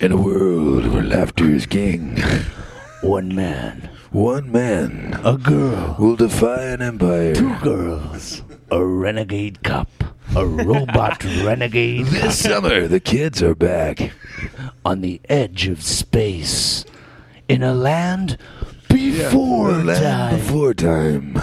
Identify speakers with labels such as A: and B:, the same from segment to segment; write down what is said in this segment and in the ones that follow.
A: In a world where laughter is king,
B: One man,
A: one man
B: a girl,
A: will defy an empire.
B: two girls, a renegade cop, a robot renegade
A: This summer, the kids are back.
B: on the edge of space, in a land before
A: The land
B: time.
A: Before time.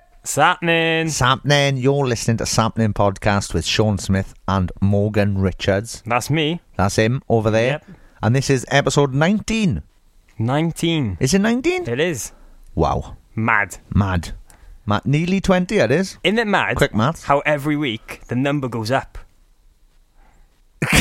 C: Sapnin.
D: Something. You're listening to Something Podcast with Sean Smith and Morgan Richards.
C: That's me.
D: That's him over there.
C: Yep.
D: And this is episode 19.
C: 19.
D: Is it 19?
C: It is.
D: Wow.
C: Mad.
D: Mad. Mad. Nearly 20, it is.
C: Isn't it mad?
D: Quick maths.
C: How every week the number goes up.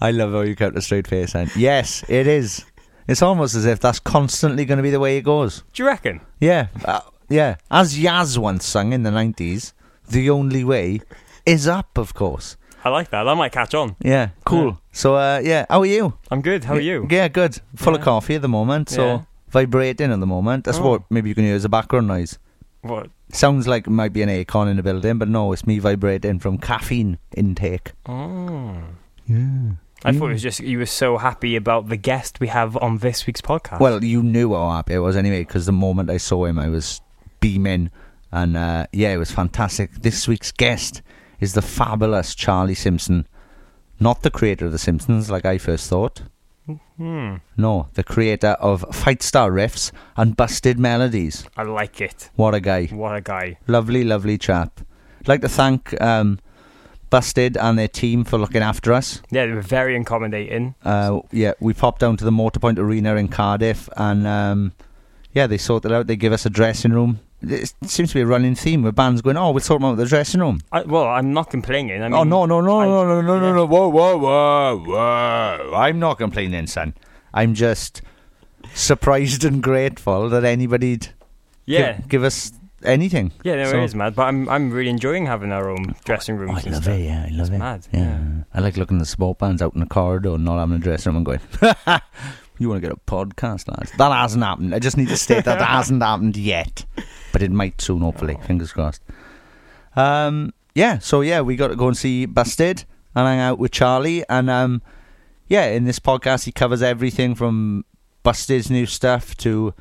D: I love how Oh, you kept a straight face. And yes, it is. It's almost as if that's constantly going to be the way it goes.
C: Do you reckon?
D: Yeah. Uh, yeah. As Yaz once sung in the 90s, the only way is up, of course.
C: I like that. That might catch on.
D: Yeah. Cool.
C: Yeah.
D: So, uh, yeah. How are you?
C: I'm good. How are you?
D: Yeah, good. Full of
C: Yeah.
D: coffee at the moment, so
C: Yeah.
D: vibrating at the moment. That's
C: Oh.
D: what maybe you can hear as a background noise.
C: What?
D: Sounds like it might be an acorn in the building, but no, it's me vibrating from caffeine intake.
C: Oh. I thought it was just you were so happy about the guest we have on this week's podcast.
D: Well, you knew how happy I was anyway, because the moment I saw him, I was beaming, and uh, yeah, it was fantastic. This week's guest is the fabulous Charlie Simpson, not the creator of The Simpsons, like I first thought. No, the creator of Fight Star riffs and busted melodies.
C: I like it.
D: What a guy!
C: What a guy.
D: lovely, lovely chap. I'd like to thank um, Busted and their team for looking after us.
C: Yeah, they were very accommodating.
D: Uh, yeah, we popped down to the Motorpoint Arena in Cardiff, and um, yeah, they sorted out. They give us a dressing room. It seems to be a running theme where bands going, "Oh, we'll sort them out with the dressing room."
C: I, well, I'm not complaining. I mean,
D: oh no, no, no,
C: I-
D: no, no, no, no, no! Whoa, whoa, whoa, whoa! I'm not complaining, son. I'm just surprised and grateful that anybody'd
C: Yeah,
D: give, give us anything.
C: yeah, no,
D: So- Oh,
C: it is mad. But I'm, I'm really enjoying having our own dressing rooms.
D: I
C: and
D: love
C: stuff.
D: it, yeah, I love
C: It's
D: it.
C: mad,
D: Yeah.
C: yeah.
D: I like looking at the sport bands out in the corridor and not having a dressing room and going, You wanna get a podcast, lads? That hasn't happened. I just need to state that, that hasn't happened yet. But it might soon, hopefully.
C: Oh.
D: Fingers crossed. Um yeah, so yeah, we got to go and see Busted and hang out with Charlie and um yeah, in this podcast he covers everything from Busted's new stuff to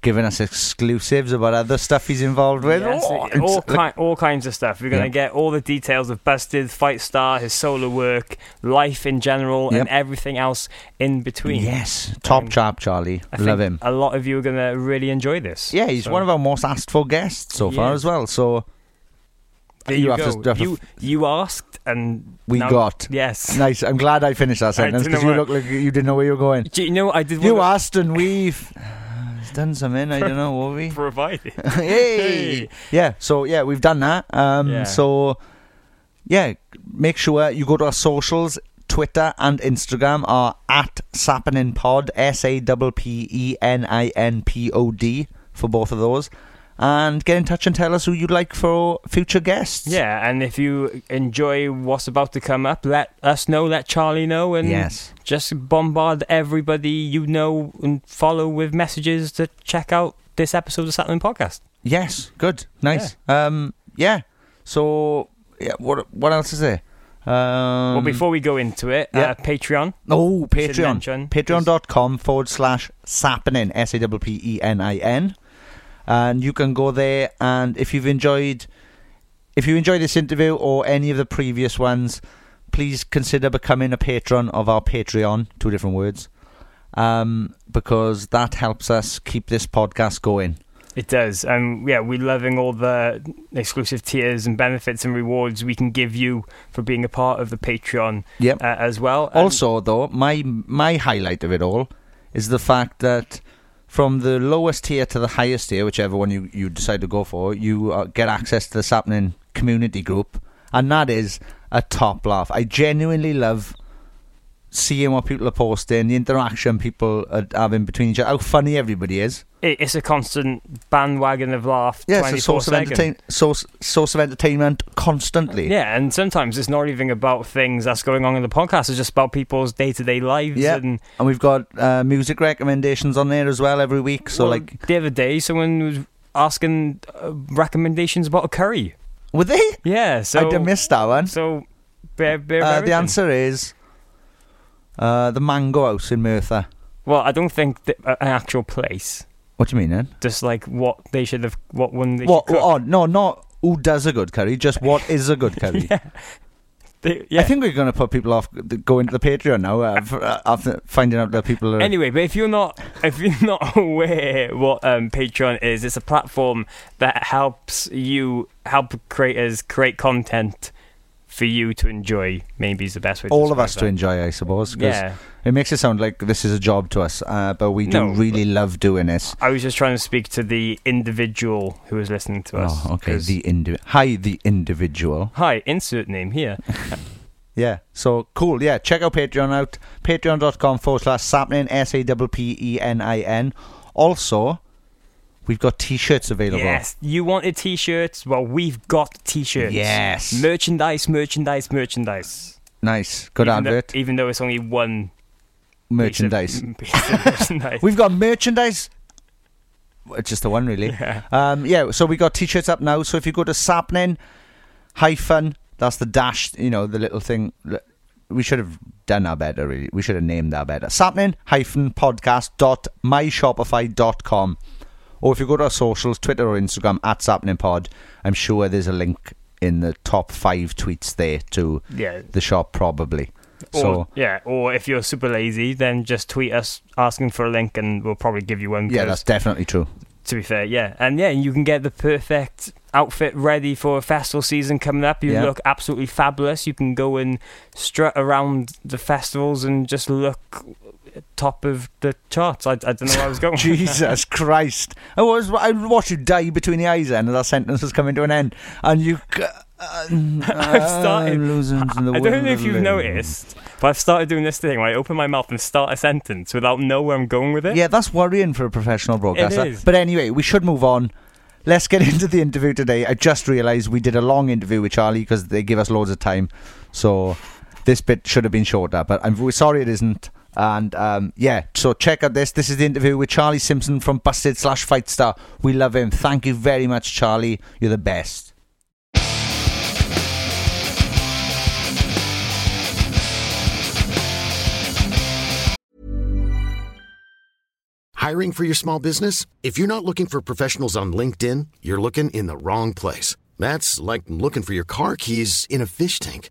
D: giving us exclusives about other stuff he's involved with.
C: Yes,
D: Oh,
C: it- all,
D: it's-
C: ki- all kinds of stuff. We're going to
D: Yep.
C: get all the details of Busted, Fight Star, his solo work, life in general,
D: Yep.
C: and everything else in between.
D: Yes, top
C: Um,
D: chap, Charlie.
C: I
D: Love
C: think
D: him.
C: A lot of you are going to really enjoy this.
D: Yeah, he's
C: So,
D: one of our most asked for guests so far
C: Yeah.
D: as well. So
C: there
D: you
C: you
D: have
C: go.
D: to- you have to-
C: you, you asked, and
D: We
C: now-
D: got.
C: Yes.
D: nice. I'm glad I finished that
C: I
D: sentence
C: didn't
D: because you
C: know
D: look like you didn't know where you were going.
C: Do you know what I did?
D: You
C: want
D: asked and we've done something. I don't know what we.
C: to provide it.
D: hey. Yeah. So yeah, we've done that. Um,
C: Yeah.
D: So yeah, make sure you go to our socials. Twitter and Instagram are at sappeninpod. S A P P E N I N P O D for both of those. And get in touch and tell us who you'd like for future guests.
C: Yeah, and if you enjoy what's about to come up, let us know, let Charlie know, and
D: Yes.
C: just bombard everybody you know and follow with messages to check out this episode of Saturday Podcast.
D: Yes. Good. Nice. Um. Yeah. So yeah. What What else is there? Um,
C: well, before we go into it,
D: yeah.
C: uh, Patreon.
D: Oh,
C: Should
D: Patreon.
C: mention-
D: Patreon.com forward slash sappenin, S A P P E N I N. And you can go there, and if you've enjoyed If you enjoy this interview or any of the previous ones, please consider becoming a patron of our Patreon. Two different words. Um, because that helps us keep this podcast going.
C: It does. Um, yeah, we're loving all the exclusive tiers and benefits and rewards we can give you for being a part of the Patreon
D: Yep.
C: uh, as well. And
D: Also, though, my my highlight of it all is the fact that from the lowest tier to the highest tier, whichever one you, you decide to go for, you uh, get access to this happening community group, and that is a top laugh. I genuinely love seeing what people are posting, the interaction people are having between each other, how funny everybody is.
C: it, it's a constant bandwagon of laugh.
D: Yeah, it's
C: 24
D: a source of,
C: second.
D: entertain- source, source of entertainment constantly.
C: Yeah, and sometimes it's not even about things that's going on in the podcast. It's just about people's day to day lives.
D: Yeah,
C: And
D: and we've got uh, music recommendations on there as well every week. So
C: Well,
D: like,
C: the other day, someone was asking uh, recommendations about a curry.
D: were they?
C: Yeah, so
D: I did miss that one.
C: So, bear, bear
D: Uh, the
C: everything.
D: answer is uh, the Mango House in Merthyr.
C: Well, I don't think th- a- an actual place.
D: What do you mean then?
C: Just like what they should have, what one they
D: What?
C: should cook.
D: Oh no, not who does a good curry, just what is a good curry.
C: They- yeah.
D: I think we're going to put people off th- going to the Patreon now uh, f- uh, after finding out that people are.
C: Anyway, but if you're not if you're not aware what um, Patreon is, it's a platform that helps you help creators create content for you to enjoy. Maybe is the best way. to
D: all of us
C: describe
D: to enjoy, I suppose. 'cause
C: that. Yeah,
D: It makes it sound like this is a job to us, uh, but we do
C: No,
D: really love doing this.
C: I was just trying to speak to the individual who was listening to us.
D: Oh, okay.
C: 'cause-
D: The indi- Hi, the individual.
C: hi, insert name here.
D: Yeah. So cool. Yeah. Check out Patreon out. Patreon.com forward slash Sapnin, S A P P E N I N. Also, we've got t shirts available.
C: Yes, you wanted t-shirts. Well, we've got t-shirts.
D: Yes.
C: merchandise, merchandise, merchandise.
D: Nice. Good
C: even, though,
D: advert.
C: even though it's only one piece of-
D: merchandise.
C: piece of merchandise.
D: We've got merchandise. Well, Just the one, really.
C: Yeah.
D: Um, yeah. So we got t-shirts up now. So if you go to Sapnin hyphen, that's the dash. You know, the little thing. We should have done our better. Really, we should have named our better. Sapnin hyphen podcast dot myshopify dot com. Or if you go to our socials, Twitter or Instagram at Sapnin Pod, I'm sure there's a link in the top five tweets there to
C: yeah.
D: the shop probably.
C: Or,
D: so
C: yeah, or if you're super lazy, then just tweet us asking for a link, and we'll probably give you one.
D: yeah,
C: 'cause
D: that's definitely true.
C: to be fair, yeah, and yeah, you can get the perfect outfit ready for a festival season coming up. You
D: Yeah.
C: look absolutely fabulous. You can go and strut around the festivals and just look top of the charts. I, I don't know where I was going.
D: Jesus Christ! I was I watched you die between the eyes then as that sentence was coming to an end, and you. c- Uh,
C: I've started.
D: I'm losing to the
C: I
D: will
C: don't know if
D: of
C: you've
D: living.
C: noticed, but I've started doing this thing where I open my mouth and start a sentence without know where I'm going with it.
D: Yeah, that's worrying for a professional broadcaster.
C: is.
D: But anyway, we should move on. Let's get into the interview today. I just realised we did a long interview with Charlie because they give us loads of time, so this bit should have been shorter. But I'm we're sorry it isn't. And um, yeah, so check out this. This is the interview with Charlie Simpson from Busted slash Fightstar. We love him. Thank you very much, Charlie. You're the best.
E: Hiring for your small business? If you're not looking for professionals on LinkedIn, you're looking in the wrong place. That's like looking for your car keys in a fish tank.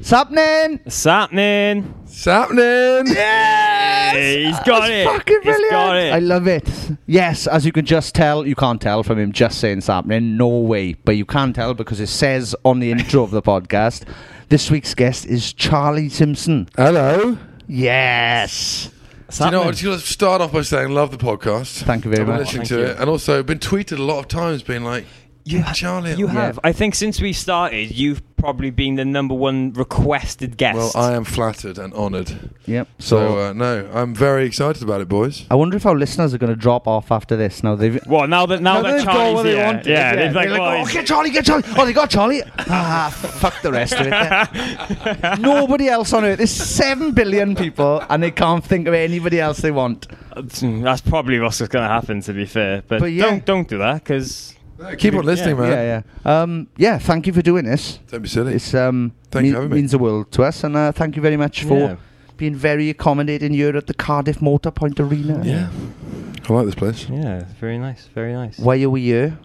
D: It's happening.
C: It's happening.
A: It's
D: Um,
A: happening.
C: Yes. He's got it.
D: fucking
C: He's got it.
D: I love it. Yes, as you can just tell, you can't tell from him just saying it's happening. No way. But you can tell because it says on the intro of the podcast, this week's guest is Charlie Simpson.
A: Hello.
D: Yes.
A: Do you know what? Just gonna start off by saying love the podcast.
D: Thank you very
A: I've been
D: much.
A: listening
D: Thank
A: to
D: you.
A: it, and also been tweeted a lot of times, being like, "Yeah, Charlie,
C: You have. I think since we started, you've probably been the number one requested
A: Well,
C: guest.
A: I am flattered and honoured.
D: Yep.
A: So, uh, no, I'm very excited about it, boys.
D: I wonder if our listeners are going to drop off after this. Now they've.
C: well, now that now
D: Now
C: that
D: they've got
C: Charlie's
D: what they
C: here,
D: wanted,
C: yeah,
D: yeah.
C: it's like,
D: They're like,
C: well,
D: "Oh, get Charlie, get Charlie. Oh, they got Charlie. Ah, fuck the rest of it. then." Nobody else on earth. There's seven billion people, and they can't think of anybody else they want.
C: mm, that's probably what's going to happen. To be fair, but,
D: But yeah.
C: don't don't do that because
A: keep on listening, man.
D: Yeah, yeah. Um, yeah, thank you for doing this.
A: Don't be silly.
D: It's um,
A: Thank you for having me.
D: means the world to us, and uh, thank you very much for
C: Yeah.
D: being very accommodating here at the Cardiff Motor Point Arena.
A: Yeah. I like this place.
C: Yeah, very nice, very nice.
D: Why are we here?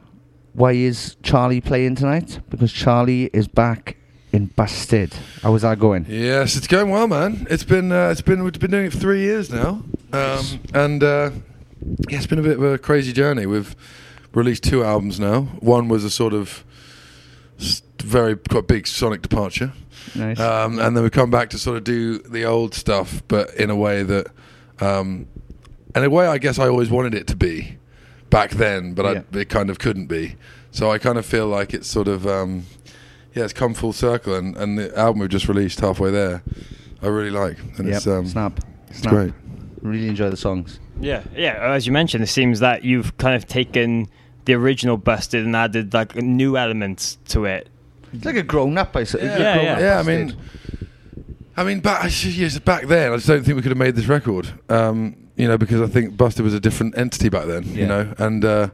D: Why is Charlie playing tonight? Because Charlie is back in Busted. How is that going?
A: Yes, it's going well, man. It's been uh, it's been we've been doing it for three years now, um, and uh, yeah, it's been a bit of a crazy journey. We've released two albums now. One was a sort of s- very quite big sonic departure,
D: Nice.
A: um, and then we come back to sort of do the old stuff, but in a way that, um, in a way, I guess I always wanted it to be back then, but I, it kind of couldn't be. So I kind of feel like it's sort of um, yeah, it's come full circle, and, and the album we've just released halfway there, I really like, and
D: Yep.
A: it's um,
D: Snap.
A: it's
D: Snap.
A: great.
D: Really enjoy the songs.
C: Yeah, yeah. As you mentioned, it seems that you've kind of taken the original busted and added like new elements to it.
D: It's like a grown up. I
A: Yeah, yeah, I mean, I mean, back yes, back then, I just don't think we could have made this record. Um, you know, because I think Buster was a different entity back then. You
D: Yeah.
A: know, and uh,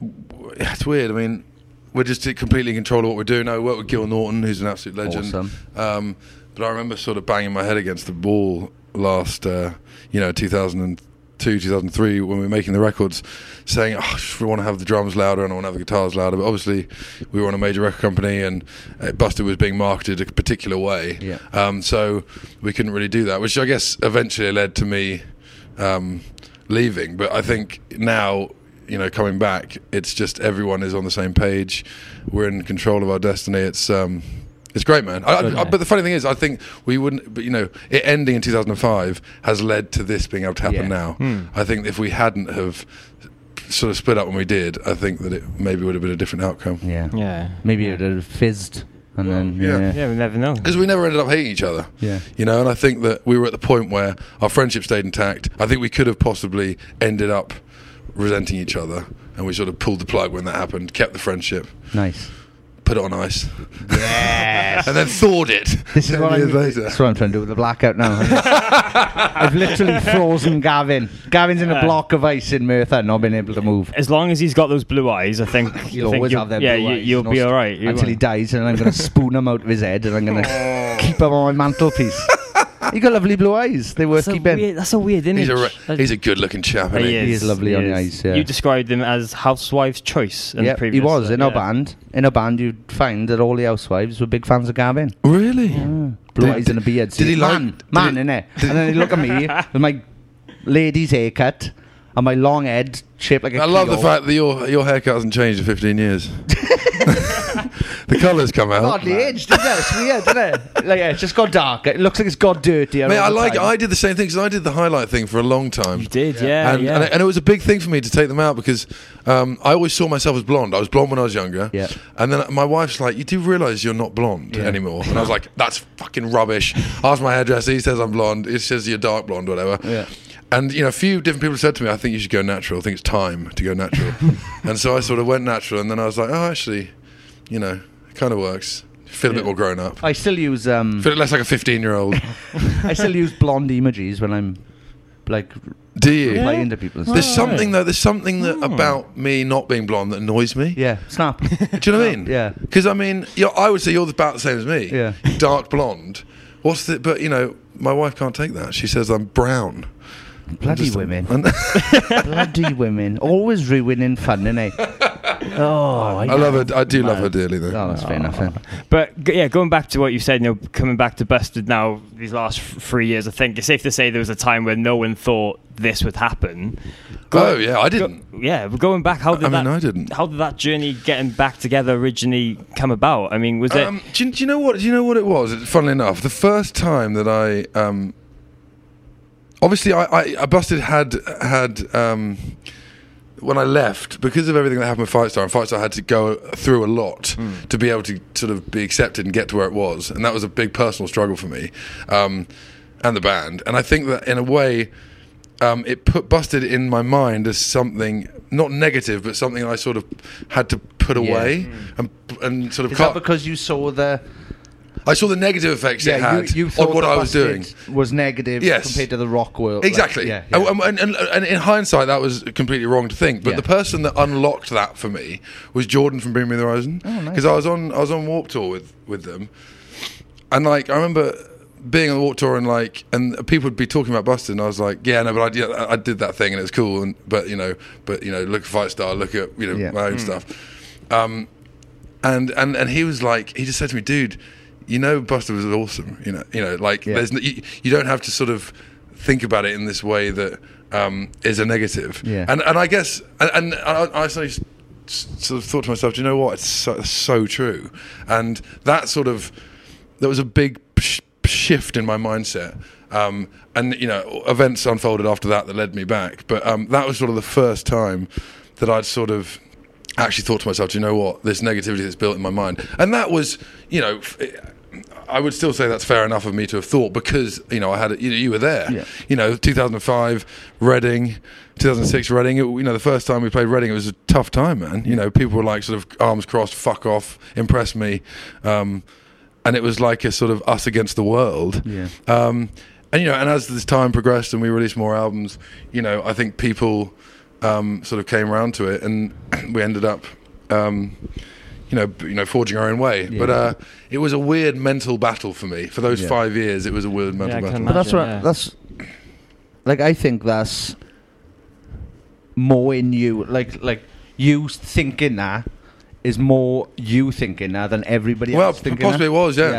A: w- yeah, it's weird. I mean, we're just completely in control of what we're doing. I work with Gil Norton, who's an absolute legend.
D: Awesome.
A: Um, but I remember sort of banging my head against the wall last, uh, you know, 2002, 2003, when we were making the records, saying, oh, sh- we want to have the drums louder and I want to have the guitars louder. But obviously, we were on a major record company and uh, Buster was being marketed a particular way.
D: Yeah.
A: Um, so we couldn't really do that, which I guess eventually led to me um, leaving. But I think now, you know, coming back, it's just everyone is on the same page. We're in control of our destiny. It's um, it's great, man. I, I, but the funny thing is, I think we wouldn't. But you know, it ending in 2005 has led to this being able to happen
D: Yeah. Hmm.
A: now. I think if we hadn't have sort of split up when we did, I think that it maybe would have been a different outcome.
D: Yeah.
C: Yeah,
D: Maybe it would have fizzed and then.
A: yeah.
D: Yeah.
C: yeah. We never know.
A: Because we never ended up hating each other.
D: Yeah.
A: You know, and I think that we were at the point where our friendship stayed intact. I think we could have possibly ended up resenting each other. And we sort of pulled the plug when that happened, kept the friendship,
D: Nice.
A: put it on ice. Yes. and then thawed it.
D: This is,
A: ten
D: what I'm,
A: years later.
D: this is what I'm trying to do with the blackout now. I've literally frozen Gavin. Gavin's in a block of ice in Merthyr, not being able to move.
C: As long as he's got those blue eyes, I think
D: He'll
C: I think
D: always
C: you'll-
D: have them.
C: Yeah,
D: blue
C: you,
D: eyes,
C: you'll
D: no
C: be
D: st-
C: all right You
D: until he
C: won't.
D: dies, and I'm going to spoon him out of his head, and I'm going to keep him on my mantelpiece. He got lovely blue eyes. They were
C: That's a,
D: keeping.
C: weird, that's a weird image.
A: He's a, re- he's a good looking chap, isn't he?
D: He is lovely on the ice, yeah.
C: You described him as housewife's choice. In the
D: Yep,
C: previous,
D: he was
C: uh,
D: in
C: yeah.
D: a band. In a band, you'd find that all the housewives were big fans of Gavin.
A: Really?
D: Blue
A: Did-
D: eyes and a beard.
A: did he like-
D: man?
A: did
D: man,
A: he-
D: innit? And then he look at me with my lady's haircut and my long head shaped like a.
A: I love the
D: Kegel.
A: fact that your your haircut hasn't changed in 15 years. the colours come out.
D: Hardly aged, isn't it? It's weird, isn't it? Like, yeah, it's just got dark. It looks like it's got dirtier.
A: Mate,
D: all
A: I
D: the
A: like.
D: time.
A: I did the same thing because I did the highlight thing for a long time.
C: You did, yeah,
A: and,
C: yeah.
A: And, it, and it was a big thing for me to take them out because um, I always saw myself as blonde. I was blonde when I was younger.
D: Yeah.
A: And then my wife's like, "You do realise you're not blonde anymore?" And I was like, "That's fucking rubbish." Asked my hairdresser. He says I'm blonde. He says you're dark blonde, whatever.
D: Yeah.
A: And you know, a few different people said to me, "I think you should go natural. I think it's time to go natural." and so I sort of went natural, and then I was like, "Oh, actually, you know, it kind of works. Feel a bit more grown up.
D: I still use um,
A: Feel less like a 15 year old."
D: I still use blonde emojis when I'm like
A: Do you?
D: replying to people. and
A: There's
D: stuff.
A: something though. There's something that about me not being blonde that annoys me.
D: Oh. Yeah, snap. Do
A: you know what I mean? Yeah. Because I mean, you're, I would say you're about the same as me. Yeah. Dark blonde. What's the? But you know, my wife can't take that. She says I'm brown.
D: Bloody women. Bloody women. Always ruining fun, innit? Oh,
A: I love her. I do love her dearly, though.
D: Oh, that's fair enough. Then.
C: But g- yeah, going back to what you said, you know, coming back to Busted now, these last f- three years, I think it's safe to say there was a time when no one thought this would happen.
A: Oh, yeah, I didn't.
C: Go, yeah, but going back, how did
A: I mean,
C: that?
A: I didn't.
C: How did that journey getting back together originally come about? I mean, was it?
A: Um, do, you, do you know what? Do you know what it was? Funnily enough, the first time that I, um, obviously, I, I, I busted had had um, when I left because of everything that happened with Fightstar. And Fightstar had to go through a lot
D: Hmm.
A: to be able to sort of be accepted and get to where it was, and that was a big personal struggle for me um, and the band. And I think that in a way. Um, it put busted in my mind as something not negative, but something I sort of had to put
D: Yeah. Hmm.
A: away and and sort of
D: Is
A: cut.
D: that because you saw the
A: I saw the negative effects it had on
D: thought
A: what
D: the
A: I was doing.
D: Busted was negative
A: Yes.
D: compared to the rock world? like-
A: Exactly.
D: yeah, yeah.
A: And, and, and, and in hindsight, that was completely wrong to think. But the person that unlocked that for me was Jordan from Bring Me the Horizon.
D: Oh, nice.
A: Because I was on I was on Warp Tour with with them, and like I remember being on the Warp Tour and like and people would be talking about Busted, and I was like, yeah, no, but I did, I did that thing and it was cool, and but you know, but you know, look at Fight Star, look at you know
D: Yeah.
A: my own
D: Mm.
A: stuff. Um, and and and he was like he just said to me dude you know buster was awesome you know you know like there's n- you, you don't have to sort of think about it in this way that um is a negative
D: Yeah.
A: and and i guess and, and i, I suddenly s- s- sort of thought to myself do you know what it's so, so true and that sort of there was a big sh- shift in my mindset um, and you know events unfolded after that that led me back but um, that was sort of the first time that i'd sort of actually thought to myself do you know what this negativity that's built in my mind and that was you know f- I would still say that's fair enough of me to have thought because you know I had you know you were there you know 2005 Reading 2006 Reading it- you know the first time we played Reading it was a tough time man you know people were like sort of arms crossed fuck off impress me um, and it was like a sort of us against the world
D: Yeah.
A: um, and you know, and as this time progressed and we released more albums, you know, I think people um, sort of came around to it, and we ended up, um, you know, b- you know, forging our own way. But
D: Yeah.
A: uh, it was a weird mental battle for me for those
D: Yeah.
A: five years. It was a weird mental battle.
D: but that's what that's like. I think that's more in you. Like like you thinking that is more you thinking that than everybody
A: Well,
D: else thinking.
A: possibly
D: that.
A: it was, yeah.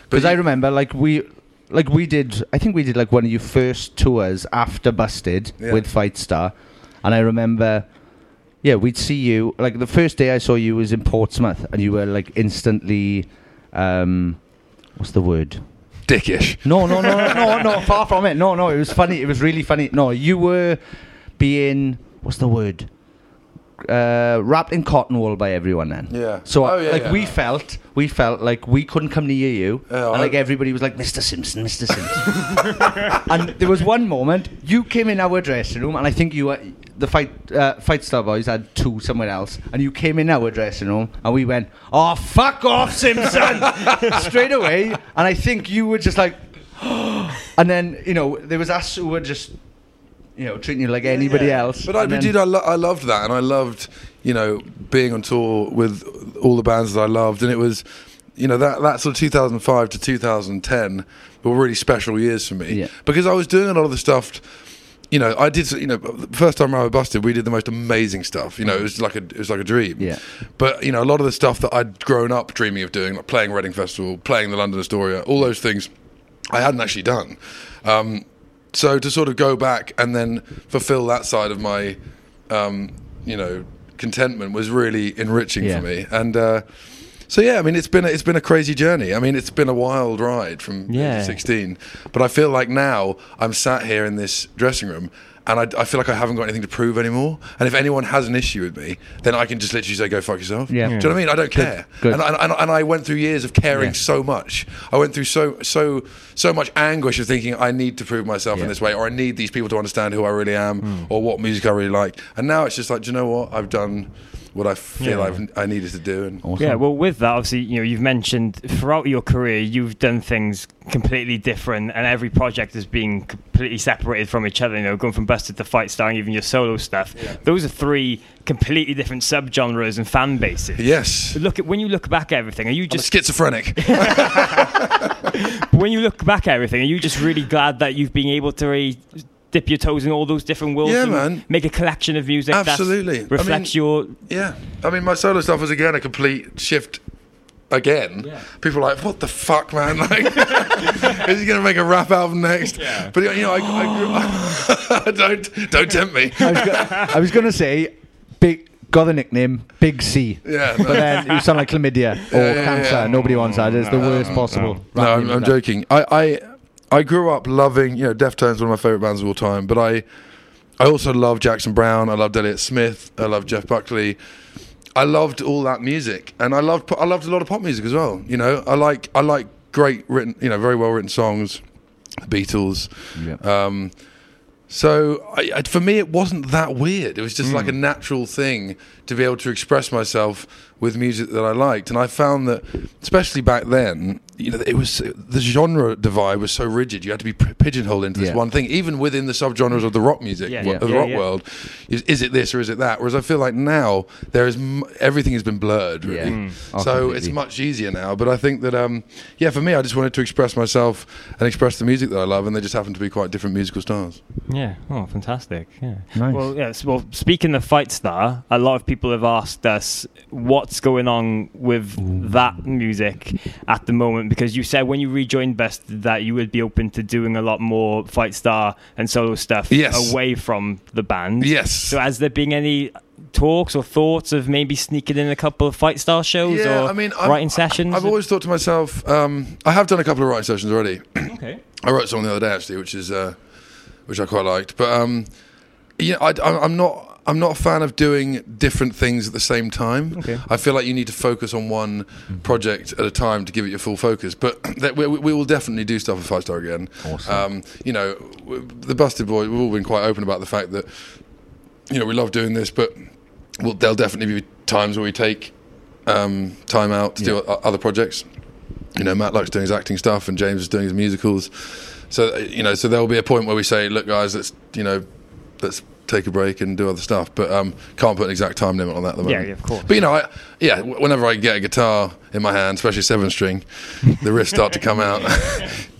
A: But
D: Because I
A: you-
D: remember like we. Like we did, I think we did like one of your first tours after Busted
A: Yeah.
D: with Fight Star, and I remember, yeah, we'd see you. Like the first day I saw you was in Portsmouth, and you were like instantly, um, what's the word?
A: Dickish.
D: No, no, no, no, no, far from it. No, no, it was funny. It was really funny. No, you were being what's the word? Uh, wrapped in cotton wool by everyone then.
A: Yeah.
D: So
A: Oh, yeah,
D: like
A: yeah.
D: we felt we felt like we couldn't come near you.
A: Oh,
D: and like
A: I-
D: everybody was like, Mr. Simpson, Mr. Simpson. and there was one moment you came in our dressing room and I think you were the fight uh, fight star boys had two somewhere else and you came in our dressing room and we went, Oh fuck off, Simpson straight away and I think you were just like and then, you know, there was us who were just, you know, treating you like anybody else.
A: But I,
D: And
A: but
D: then-
A: dude, I, lo- I loved that, and I loved you know being on tour with all the bands that I loved, and it was you know that that sort of 2005 to 2010 were really special years for me because I was doing a lot of the stuff. You know, I did. You know, the first time I was busted, we did the most amazing stuff. You know, it was like a it was like a dream. Yeah. But you know, a lot of the stuff that I'd grown up dreaming of doing, like playing Reading Festival, playing the London Astoria, all those things, I hadn't actually done. Um, so to sort of go back and then fulfill that side of my, um, you know, contentment was really enriching
D: Yeah.
A: for me. And uh, so yeah, I mean, it's been a, it's been a crazy journey. I mean, it's been a wild ride from
C: Yeah.
A: 16, but I feel like now I'm sat here in this dressing room. And I, I feel like I haven't got anything to prove anymore. And if anyone has an issue with me, then I can just literally say, "Go fuck yourself."
D: Yeah.
A: Do you know what I mean? I don't
D: Good,
A: care.
D: good.
A: And, and, and, and I went through years of caring
D: Yeah.
A: so much. I went through so so so much anguish of thinking I need to prove myself in this way, or I need
D: Hmm.
A: these people to understand who I really am, or what music I really like. And now it's just like, do you know what? I've done what I feel
C: Yeah.
A: I've, I needed to do. And
C: Yeah, well, with that, obviously, you know, you've mentioned throughout your career, you've done things completely different, and every project has been completely separated from each other. You know, going from Busted to Fight Star, and even your solo stuff. Those are three completely different subgenres and fan bases.
A: Yes.
C: Look at when you look back at everything. Are you just
A: schizophrenic?
C: when you look back at everything, are you just really glad that you've been able to really dip your toes in all those different worlds?
A: Yeah,
C: and
A: man.
C: Make a collection of music. that's-
A: Absolutely. I mean-
C: reflects your
A: Yeah. I mean, my solo stuff was again a complete shift. Again, people are like, "What the fuck, man? Like, is he gonna make a rap album next?" But you know, I, I grew, don't don't tempt me.
D: I was going to say, big got the nickname Big C.
A: Yeah,
D: but
A: no.
D: then you sound like chlamydia or
A: Yeah, yeah,
D: cancer.
A: yeah.
D: Nobody wants that. It's the worst possible.
A: No,
D: Rap
A: I'm,
D: name
A: I'm
D: like that.
A: joking. I, I I grew up loving, you know, Deftones, one of my favorite bands of all time. But I I also love Jackson Brown. I loved Elliott Smith. I loved Jeff Buckley. I loved all that music, and I loved I loved a lot of pop music as well. You know, I like I like great written, you know, very well written songs. The Beatles.
D: Mm.
A: Um, so I, I, for me, it wasn't that weird. It was just
D: Hmm.
A: like a natural thing to be able to express myself with music that I liked, and I found that, especially back then, you know, it was the genre divide was so rigid. You had to be p- pigeonholed into this
D: Yeah.
A: one thing, even within the subgenres of the rock music,
D: Yeah.
A: wo-
D: Yeah.
A: of the
D: Yeah,
A: rock
D: yeah.
A: world. Is, is it this or is it that? Whereas I feel like now there is m- everything has been blurred, really.
D: Yeah. Mm. Oh,
A: So it's
D: completely.
A: much easier now. But I think that, um, yeah, for me, I just wanted to express myself and express the music that I love, and they just happen to be quite different musical styles.
C: Yeah. Oh, fantastic. Yeah.
A: Nice.
C: Well, yes. Well, speaking of Fight Star, a lot of people have asked us what's going on with that music at the moment because you said when you rejoined Best that you would be open to doing a lot more Fight Star and solo stuff
A: Yes.
C: away from the band.
A: Yes.
C: So, has there been any talks or thoughts of maybe sneaking in a couple of Fight Star shows
A: yeah,
C: or
A: I mean, I'm-
C: writing sessions?
A: I've always thought to myself, um, I have done a couple of writing sessions already.
C: Okay.
A: I wrote something the other day actually, which is uh, which I quite liked. But um, yeah, I, I'm I'm not I'm not a fan of doing different things at the same time.
F: Okay.
A: I feel like you need to focus on one project at a time to give it your full focus. But that we, we we will definitely do stuff with Five Star again. Awesome. Um, you know, w- the Busted Boy. We've all been quite open about the fact that you know we love doing this, but well, there'll definitely be times where we take um, time out to do o- other projects. You know, Matt Luck's doing his acting stuff, and James is doing his musicals. So uh, you know, so there will be a point where we say, "Look, guys, let's you know, let's take a break and do other stuff." But um, can't put an exact time limit on that at the
C: Yeah,
A: moment.
C: yeah, of course.
A: But you know, I, yeah, w- whenever I get a guitar in my hand, especially seven string, the riffs start to come out.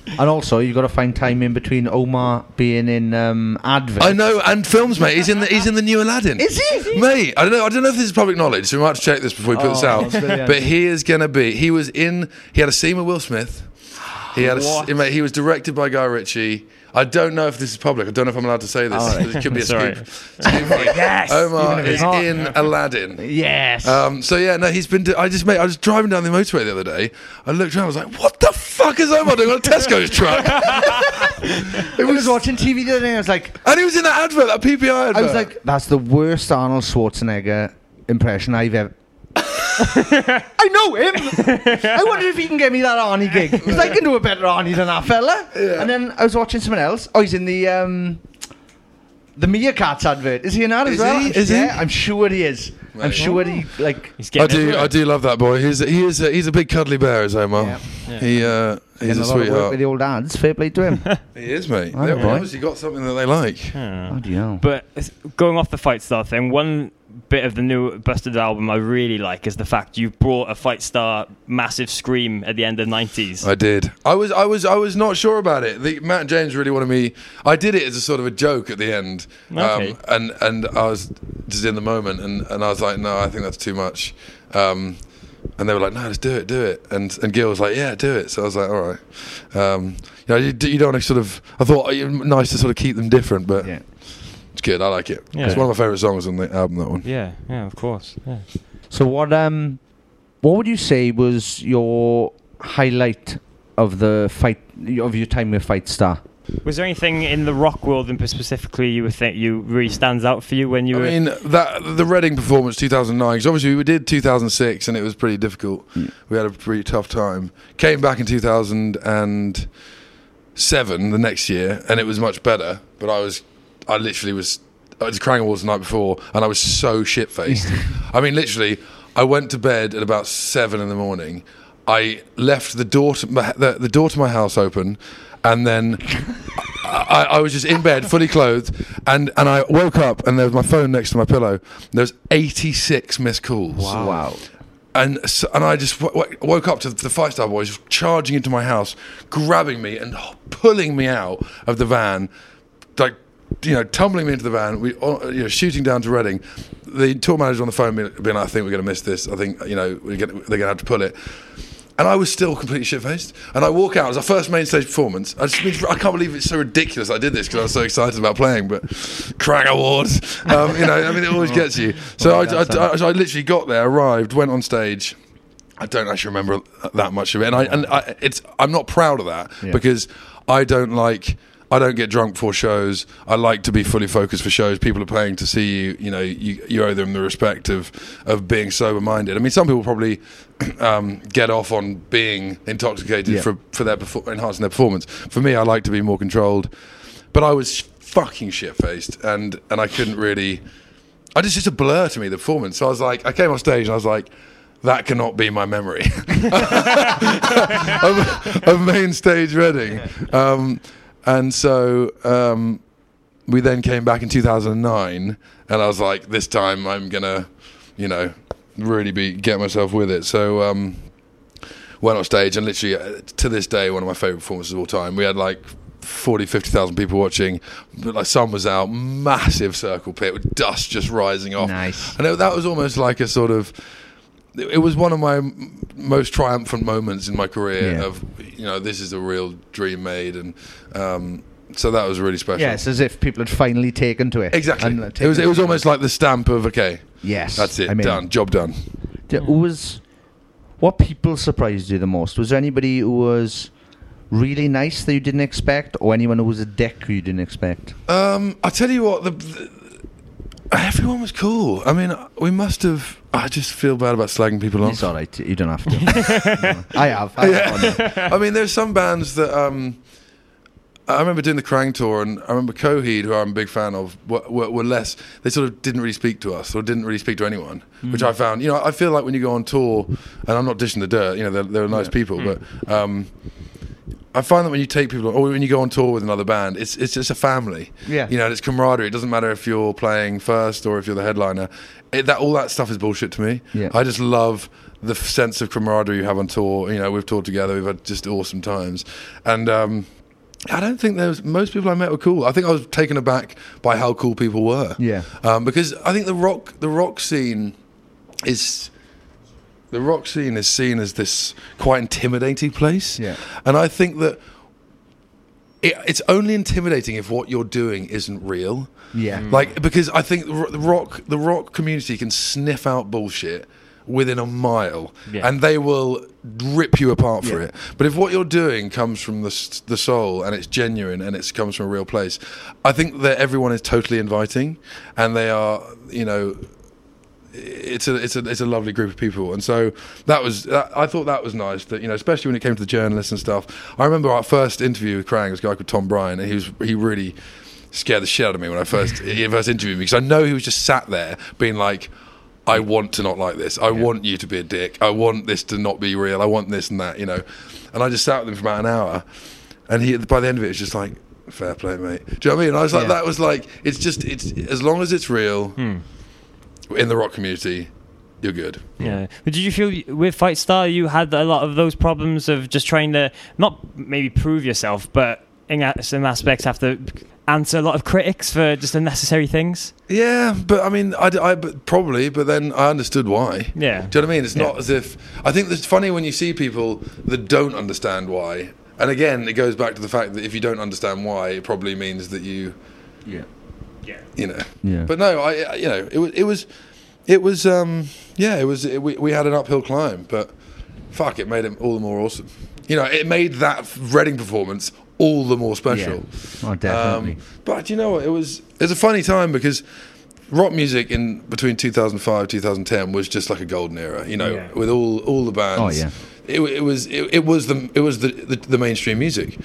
D: And also, you've got to find time in between Omar being in um, adverts.
A: I know, and films, mate. He's in the he's in the new Aladdin. Is he? Mate, I don't know. I don't know if this is public knowledge. So we might have to check this before we put
D: Oh,
A: this out.
D: brilliant.
A: But he is gonna be. He was in. He had a scene with Will Smith. He had. A, s-
D: What?
A: mate, he was directed by Guy Ritchie. I don't know if this is public. I don't know if I'm allowed to say this.
D: All right.
A: It could be a
D: It's all
A: scoop.
D: right.
A: Scoop.
D: Yes! Even
A: Omar
D: if it's
A: is
D: not.
A: in Aladdin.
D: Yes.
A: Um, so yeah, no, he's been. Do- I just mate. I was driving down the motorway the other day. I looked around. I was like, "What the fuck is Omar doing on a Tesco's truck?"
D: I was watching TV the other day. I was like,
A: and he was in that advert, that PPI advert.
D: I was like, that's the worst Arnold Schwarzenegger impression I've ever. I know him. I wonder if he can get me that Arnie gig because I can do a better Arnie than that fella. And then I was watching someone else. Oh, he's in the um, the Meerkats advert. Is he in that
A: Is
D: as well?
A: he? Is he?
D: yeah, I'm sure he is. I'm
A: Right.
D: sure he like.
A: I do, I do love that boy. He's he is a, he's a big cuddly bear, is Omar.
D: Yeah.
A: He uh, he's
D: Getting
A: a
D: lot of work
A: sweetheart.
D: with the old ads. Fair play to him.
A: He is, mate.
D: I
A: They've
D: know.
A: obviously got something that they like.
C: But it's- going off the fight star thing, one bit of the new Busted album I really like is the fact you brought a fight star massive scream at the end of nineties.
A: I did. I was I was I was not sure about it. The, Matt and James really wanted me. I did it as a sort of a joke at the end, Um,
C: Okay.
A: and and I was just in the moment, and, and I was like, no, I think that's too much. Um, and they were like, no, just do it, do it. And and Gil was like, yeah, do it. So I was like, all right. Um, you know, you, d- you don't want to sort of. I thought it nice to sort of keep them different, but it's good. I like it.
C: Yeah.
A: It's one of my favorite songs on the album. That one.
C: Yeah, yeah, of course. Yeah.
D: So what um what would you say was your highlight of the fight of your time with Fight Star?
C: Was there anything in the rock world, and specifically, you would think you really stands out for you when you
A: I
C: were?
A: mean that the Reading performance 2009 because obviously we did 2006 and it was pretty difficult.
C: Hmm.
A: We had a pretty tough time. Came back in 2007 the next year and it was much better. But I was I literally was I was crying awards the night before, and I was so shit faced. I mean, literally, I went to bed at about seven in the morning. I left the door to my, the, the door to my house open, and then I, I was just in bed, fully clothed, and, and I woke up, and there was my phone next to my pillow. There's 86 missed calls. Wow. And s and I just w- w- woke up to the five star boys charging into my house, grabbing me and pulling me out of the van, like you know, tumbling me into the van. We all- you know, shooting down to Reading. The tour manager on the phone being being like, "I think we're going to miss this. I think you know we're gonna, they're going to have to pull it." And I was still completely shit faced. And I walk out. It was our first main stage performance. I just I can't believe it's so ridiculous. I did this because I was so excited about playing. But Krang Awards, um, you know, I mean, it always gets you. So
F: Oh,
A: I,
F: that's
A: I- I- so I literally got there, arrived, went on stage. I don't actually remember that much of it, and I and I, it's I'm not proud of that
F: Yeah.
A: because I don't like. I don't get drunk for shows. I like to be fully focused for shows. People are paying to see you. You know, you, you owe them the respect of, of being sober minded. I mean, some people probably um, get off on being intoxicated
F: Yeah.
A: for for their perfor- enhancing their performance. For me, I like to be more controlled. But I was fucking shit faced, and and I couldn't really. I just it's a blur to me the performance. So I was like, I came on stage and I was like, that cannot be my memory of, of main stage Reading. Um, and so um, we then came back in 2009, and I was like, this time I'm gonna, you know, really be get myself with it. So. Um, went on stage and literally uh, to this day one of my favorite performances of all time we had like 40 50,000 people watching but like sun was out massive circle pit with dust just rising off nice and it, that was almost like a sort of it it was one of my m- most triumphant moments in my career
D: Yeah.
A: of you know this is a real dream made and um, so that was really special
D: Yes, as if people had finally taken to it.
A: exactly
D: And, uh,
A: it was it was almost like the stamp of okay
D: Yes,
A: that's it
D: I mean-
A: done job done
D: D- Who was what people surprised you the most? Was there anybody who was really nice that you didn't expect, or anyone who was a dick who you didn't expect? mm,
A: Um, I tell you what, the, the- everyone was cool. I mean, we must have. I just feel bad about slagging people off.
D: It's all right. You don't have to. I have. I, have one.
A: I mean, there's some bands that. Um, I remember doing the Krang tour, and I remember Coheed, who I'm a big fan of, were, were, were less. They sort of didn't really speak to us, or didn't really speak to anyone, which I found. You know, I feel like when you go on tour, and I'm not dishing the dirt. You know, they're, they're nice people, but um, I find that when you take people, or when you go on tour with another band, it's it's just a family.
D: Yeah.
A: you know, and it's camaraderie. It doesn't matter if you're playing first or if you're the headliner. It, that all that stuff is bullshit to me.
D: Yeah.
A: I just love the f- sense of camaraderie you have on tour. You know, we've toured together. We've had just awesome times, and um, I don't think there was most people I met were cool. I think I was taken aback by how cool people were.
D: Yeah.
A: um, because I think the rock the rock scene is the rock scene is seen as this quite intimidating place. Yeah. And I think that it, it's only intimidating if what you're doing isn't real.
D: Yeah.
A: Mm. Like because I think the ro- the rock the rock community can sniff out bullshit within a mile
F: Yeah.
A: and they will rip you apart for
F: Yeah.
A: it. But if what you're doing comes from the s- the soul and it's genuine and it comes from a real place, I think that everyone is totally inviting and they are, you know, it's a it's a it's a lovely group of people, and so that was that, I thought that was nice. That you know, especially when it came to the journalists and stuff. I remember our first interview with Krang was a guy called Tom Bryan, and he was he really scared the shit out of me when I first he first interviewed me because I know he was just sat there being like. I want to not like this. I want you to be a dick. I want this to not be real. I want this and that, you know. And I just sat with him for about an hour, and he by the end of it was just like, "Fair play, mate." Do you know what I mean? And I was like,
F: Yeah.
A: "That was like, it's just it's as long as it's real." in the rock community, you're good.
C: Yeah. But did you feel y- with Fight Star you had a lot of those problems of just trying to not maybe prove yourself, but in a- some aspects have to answer a lot of critics for just unnecessary things?
A: Yeah, but I mean, I, I- but probably, but then I understood why.
C: Yeah.
A: Do you know what I mean? It's not
C: Yeah.
A: as if I think it's funny when you see people that don't understand why. And again, it goes back to the fact that if you don't understand why, it probably means that you,
D: yeah,
C: yeah,
A: you know.
D: Yeah.
A: But no, I, I- you know, it was, it was, it was, um, yeah, it was. It, we we had an uphill climb, but fuck, it made it all the more awesome. You know, it made that Reading performance all the more special.
D: Oh, definitely.
A: Um, but you know what? It was it was a funny time because rock music in between 2005 2010 was just like a golden era. You know,
F: Yeah.
A: with all all the bands.
F: Oh, yeah.
A: It, it was it, it was the it was the, the the mainstream music,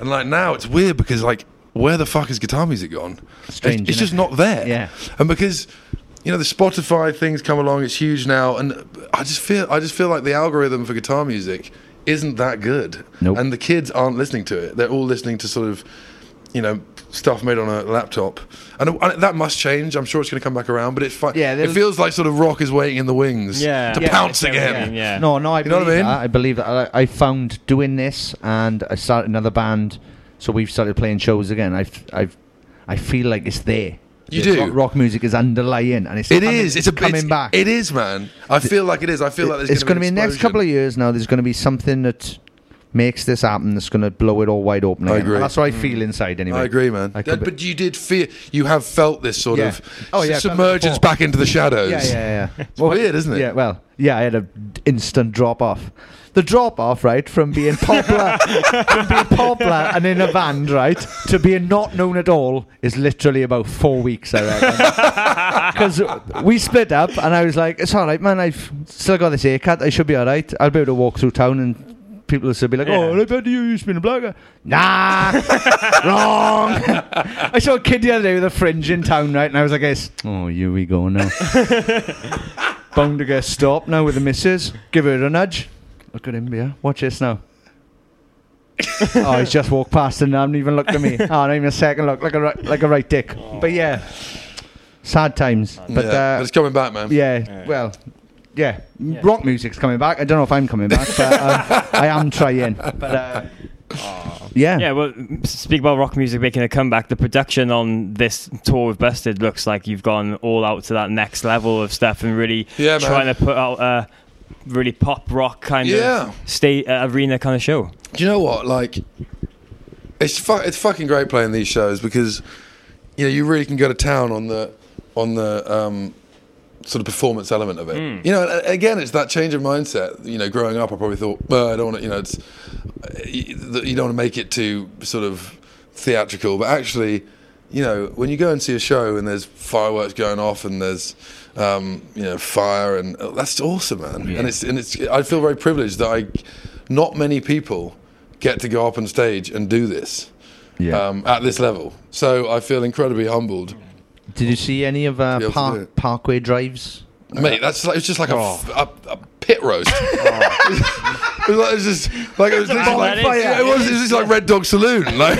A: and like now it's weird because like where the fuck is guitar music gone?
D: Strange,
A: It's, it's
D: innit?
A: just not there.
D: Yeah.
A: And because you know the Spotify things come along, it's huge now, and I just feel I just feel like the algorithm for guitar music isn't that good.
D: Nope.
A: And the kids aren't listening to it. They're all listening to sort of you know stuff made on a laptop, and, and that must change. I'm sure it's going to come back around, but it's fine. Yeah. It
D: there's-
A: feels like sort of rock is waiting in the wings. To pounce again.
D: No, no, I
A: You know what I
D: believe
A: mean?
D: that. I believe that. I, I found doing this, and I started another band, so we've started playing shows again. I've, I've, I feel like it's there.
A: You
D: It's
A: do?
D: Rock, rock music is underlying, and it's
A: It
D: coming-
A: is. It's a
D: coming
A: it's,
D: back.
A: It is, man. I feel like it is. I feel like there's
D: it's
A: going to
D: be the next couple of years now. There's going to be something that makes this happen. That's going to blow it all wide open.
A: I
D: again.
A: agree.
D: That's what I
A: Mm.
D: feel inside. Anyway,
A: I agree, man.
D: I could
A: That-
D: be-
A: but you did feel you have felt this sort
D: Yeah.
A: of
D: Oh, yeah, I felt it
A: submergence
D: before.
A: back into the shadows.
D: Yeah, yeah, yeah.
A: It's weird, isn't it?
D: Yeah, well, yeah, I had an instant drop off. The drop off, right, from being popular, from being popular and in a band, right, to being not known at all is literally about four weeks, I reckon. Because we split up, and I was like, it's all right, man, I've still got this haircut, I should be all right. I'll be able to walk through town and. People will still be like, "Oh, I bet you used to be a blogger." Nah, wrong. I saw a kid the other day with a fringe in town, right, and I was like, "This, oh, here we go now." Bound to get stopped now with the missus. Give her a nudge. Look at him, yeah. Watch this now. oh, he's just walked past and haven't even looked at me. Oh, not even a second look, like a right, like a right dick. But yeah, sad times.
A: Oh. Yeah,
D: But, uh,
A: but it's coming back, man.
D: Yeah, well, yeah. Rock music's coming back. I don't know if I'm coming back, but uh, I am trying. But uh, yeah,
C: yeah. Well, speak about rock music making a comeback. The production on this tour with Busted looks like you've gone all out to that next level of stuff and really
A: Yeah, man.
C: trying to put out a really pop rock kind
A: Yeah.
C: of state uh, arena kind of show.
A: Do you know what? Like, it's fu- it's fucking great playing these shows because you know you really can go to town on the on the um, sort of performance element of it.
F: Mm.
A: You know, a- again, it's that change of mindset. You know, growing up, I probably thought, well, I don't want to. You know, it's you you don't want to make it too sort of theatrical, but actually. You know, when you go and see a show and there's fireworks going off and there's, um, you know, fire and oh, that's awesome, man. And it's and it's I feel very privileged that I, not many people get to go up on stage and do this um, at this level. So I feel incredibly humbled.
D: Did you see any of
A: To be
D: uh,
A: able to do
D: par-
A: it.
D: Parkway Drives?
A: Mate, that's like, it's just like a
D: Oh.
A: f a a, a, pit roast.
C: Oh.
A: it was like- it was just like it was
D: That's
A: literally
D: all
A: like,
D: that is.
A: it was, it was just like Red Dog Saloon. Like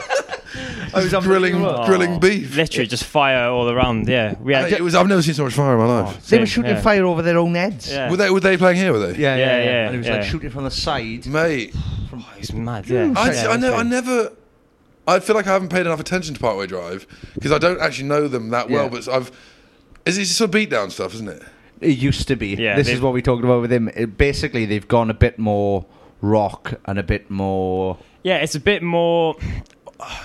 A: I was grilling
C: Oh,
A: grilling beef.
C: Literally, just fire all around. Yeah, we had
A: It was. I've never seen so much fire in my life.
D: They were shooting fire over their own heads.
C: Oh, Yeah.
A: Were they were they playing here? Were they?
D: Yeah, yeah, yeah. And it was
A: yeah.
D: like shooting from the side.
A: Mate.
C: It's mad.
A: I,
C: Yeah,
A: I know. I never. I feel like I haven't paid enough attention to Parkway Drive because I don't actually know them that well.
D: Yeah.
A: But I've. It's, it's sort of beatdown stuff, isn't it?
D: It used to be.
A: Yeah,
D: this
A: they've-
D: is what we talked about with him. It- basically, they've gone a bit more rock and a bit more.
C: Yeah, it's a bit more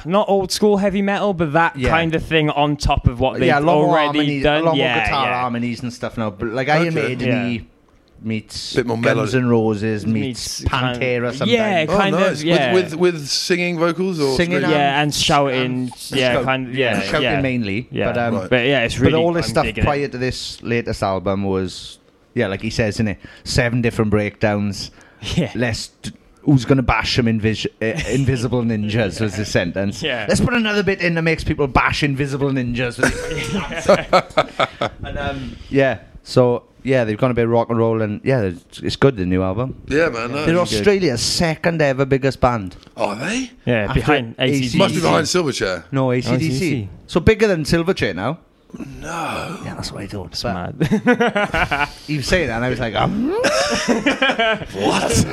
C: not old school heavy metal, but that
D: Yeah.
C: kind of thing on top of what they've
D: yeah, a lot more
C: already
D: harmonies,
C: done.
D: a lot
C: yeah,
D: more guitar
C: yeah.
D: harmonies and stuff now. But like
C: Okay.
D: Iron Maiden
C: Yeah.
D: meets
A: Bit more
D: Guns
A: melody.
D: N' Roses meets, Pantera. Sometimes.
C: yeah, kind
A: Oh, nice.
C: of. Yeah,
A: With, with with singing vocals or
D: Singing
A: straight-
C: yeah, and shouting. yeah,
D: Shout-
C: kind of. Yeah,
D: shouting
C: yeah.
D: mainly.
C: Yeah,
D: but, um,
C: but yeah, it's really.
D: But all this
C: I'm
D: stuff
C: digging it.
D: prior to this latest album was, yeah, like he says in it, seven different breakdowns.
C: Yeah.
D: Less. d- Who's going to bash him? Invis- uh, invisible ninjas was the sentence.
C: Yeah.
D: Let's put another bit in that makes people bash invisible ninjas. and, um, yeah. So yeah, they've gone a bit rock and roll, and yeah, it's, it's good. The new album.
A: Yeah, man. No,
D: They're
A: it's good.
D: Australia's second ever biggest band.
A: Are they?
C: Yeah,
D: After behind AC/DC.
A: Must be behind Silverchair.
D: No, ACDC.
A: AC/DC.
D: So bigger than Silverchair now.
A: No.
D: Yeah, that's what I thought. It's
C: mad.
D: you say that, and I was like, um,
A: What?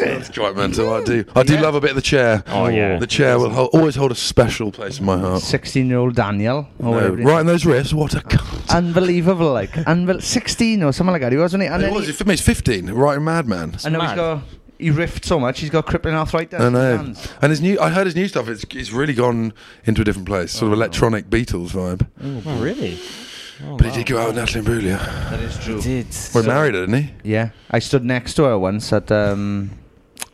A: That's quite mental. I do. I do love a bit of the chair.
D: Oh, yeah.
A: The chair will hold, always hold a special place in my heart.
D: 16 year old Daniel.
A: No, right in those wrists. What a cunt.
D: Unbelievable, like unbel- 16 or something like that. He wasn't he? And
A: It
D: then
A: was.
D: he,
A: It was 15. Right in Madman.
D: I know he's got he riffed so much. He's got crippling arthritis.
A: I
D: in his
A: know.
D: hands.
A: And his new, I heard his new stuff. It's, it's really gone into a different place, sort of
D: Oh.
A: electronic Beatles vibe.
C: Oh, really?
A: but he did go out with Natalie Imbruglia. That
D: is true.
C: Did
A: Well, he married her, didn't he?
D: Yeah, I stood next to her once at um,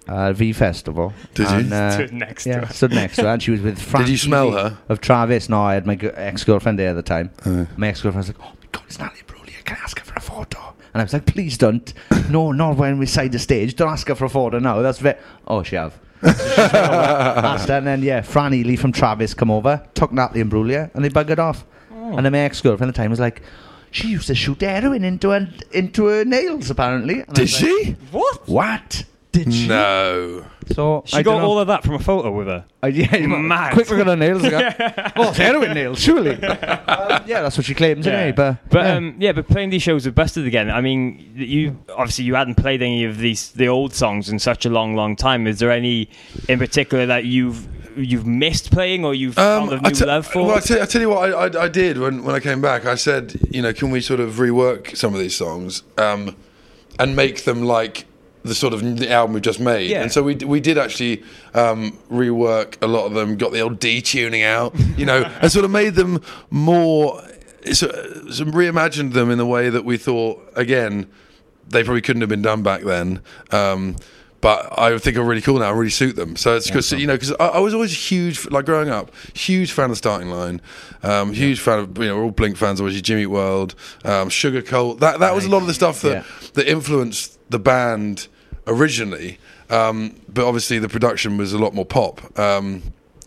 D: uh, V Festival.
A: Did you?
D: and, uh,
C: Stood next
D: yeah,
C: to her.
D: stood next to her, and she was with Frankie
A: you smell
D: Lee
A: her?
D: of Travis? No, I had my ex girlfriend there at the time. My ex girlfriend was like, "Oh my god, it's Natalie Imbruglia. Can I ask her for a photo?" And I was like, "Please don't. no, not when we side the stage. Don't ask her for a photo. No, that's very. Oh, she have." That's done. And then, yeah, Fran Ely from Travis come over, took Natalie and Brulia, and they buggered off.
C: Oh.
D: And then my ex girlfriend at the time was like, she used to shoot heroin into her, into her nails, apparently. And I
A: Did
D: was like,
A: she?
C: What?
D: What? Did she?
A: No.
D: So
C: She
D: I
C: got
D: don't know.
C: all of that from a photo with her.
D: Uh, yeah, you
C: Mad.
D: quick look at her nails. Again. oh, it's heroin nails, surely. Um, yeah, that's what she claims,
C: Yeah.
D: anyway. But,
C: But
D: yeah.
C: um, yeah, but playing these shows with Busted again. I mean, you obviously you hadn't played any of these the old songs in such a long, long time. Is there any in particular that you've you've missed playing or you've found a
A: Um, I
C: new
A: te-
C: love for?
A: Well, I tell, I tell you what, I, I, I did when, when I came back. I said, you know, can we sort of rework some of these songs um, and make them like the sort of the album we just made?
F: Yeah.
A: And so we d- we did actually um, rework a lot of them, got the old D tuning out, you know, and sort of made them more. So, so reimagined them in the way that we thought. Again, they probably couldn't have been done back then. Um, but I think are really cool now. I really suit them. So it's because you know because I, I was always a huge like growing up, huge fan of Starting Line, um, huge fan of you know we're all Blink fans. Obviously Jimmy Eat World, um, Sugar Cult. That that was a lot of the stuff that that influenced the band originally. Um, but obviously the production was a lot more pop. Um,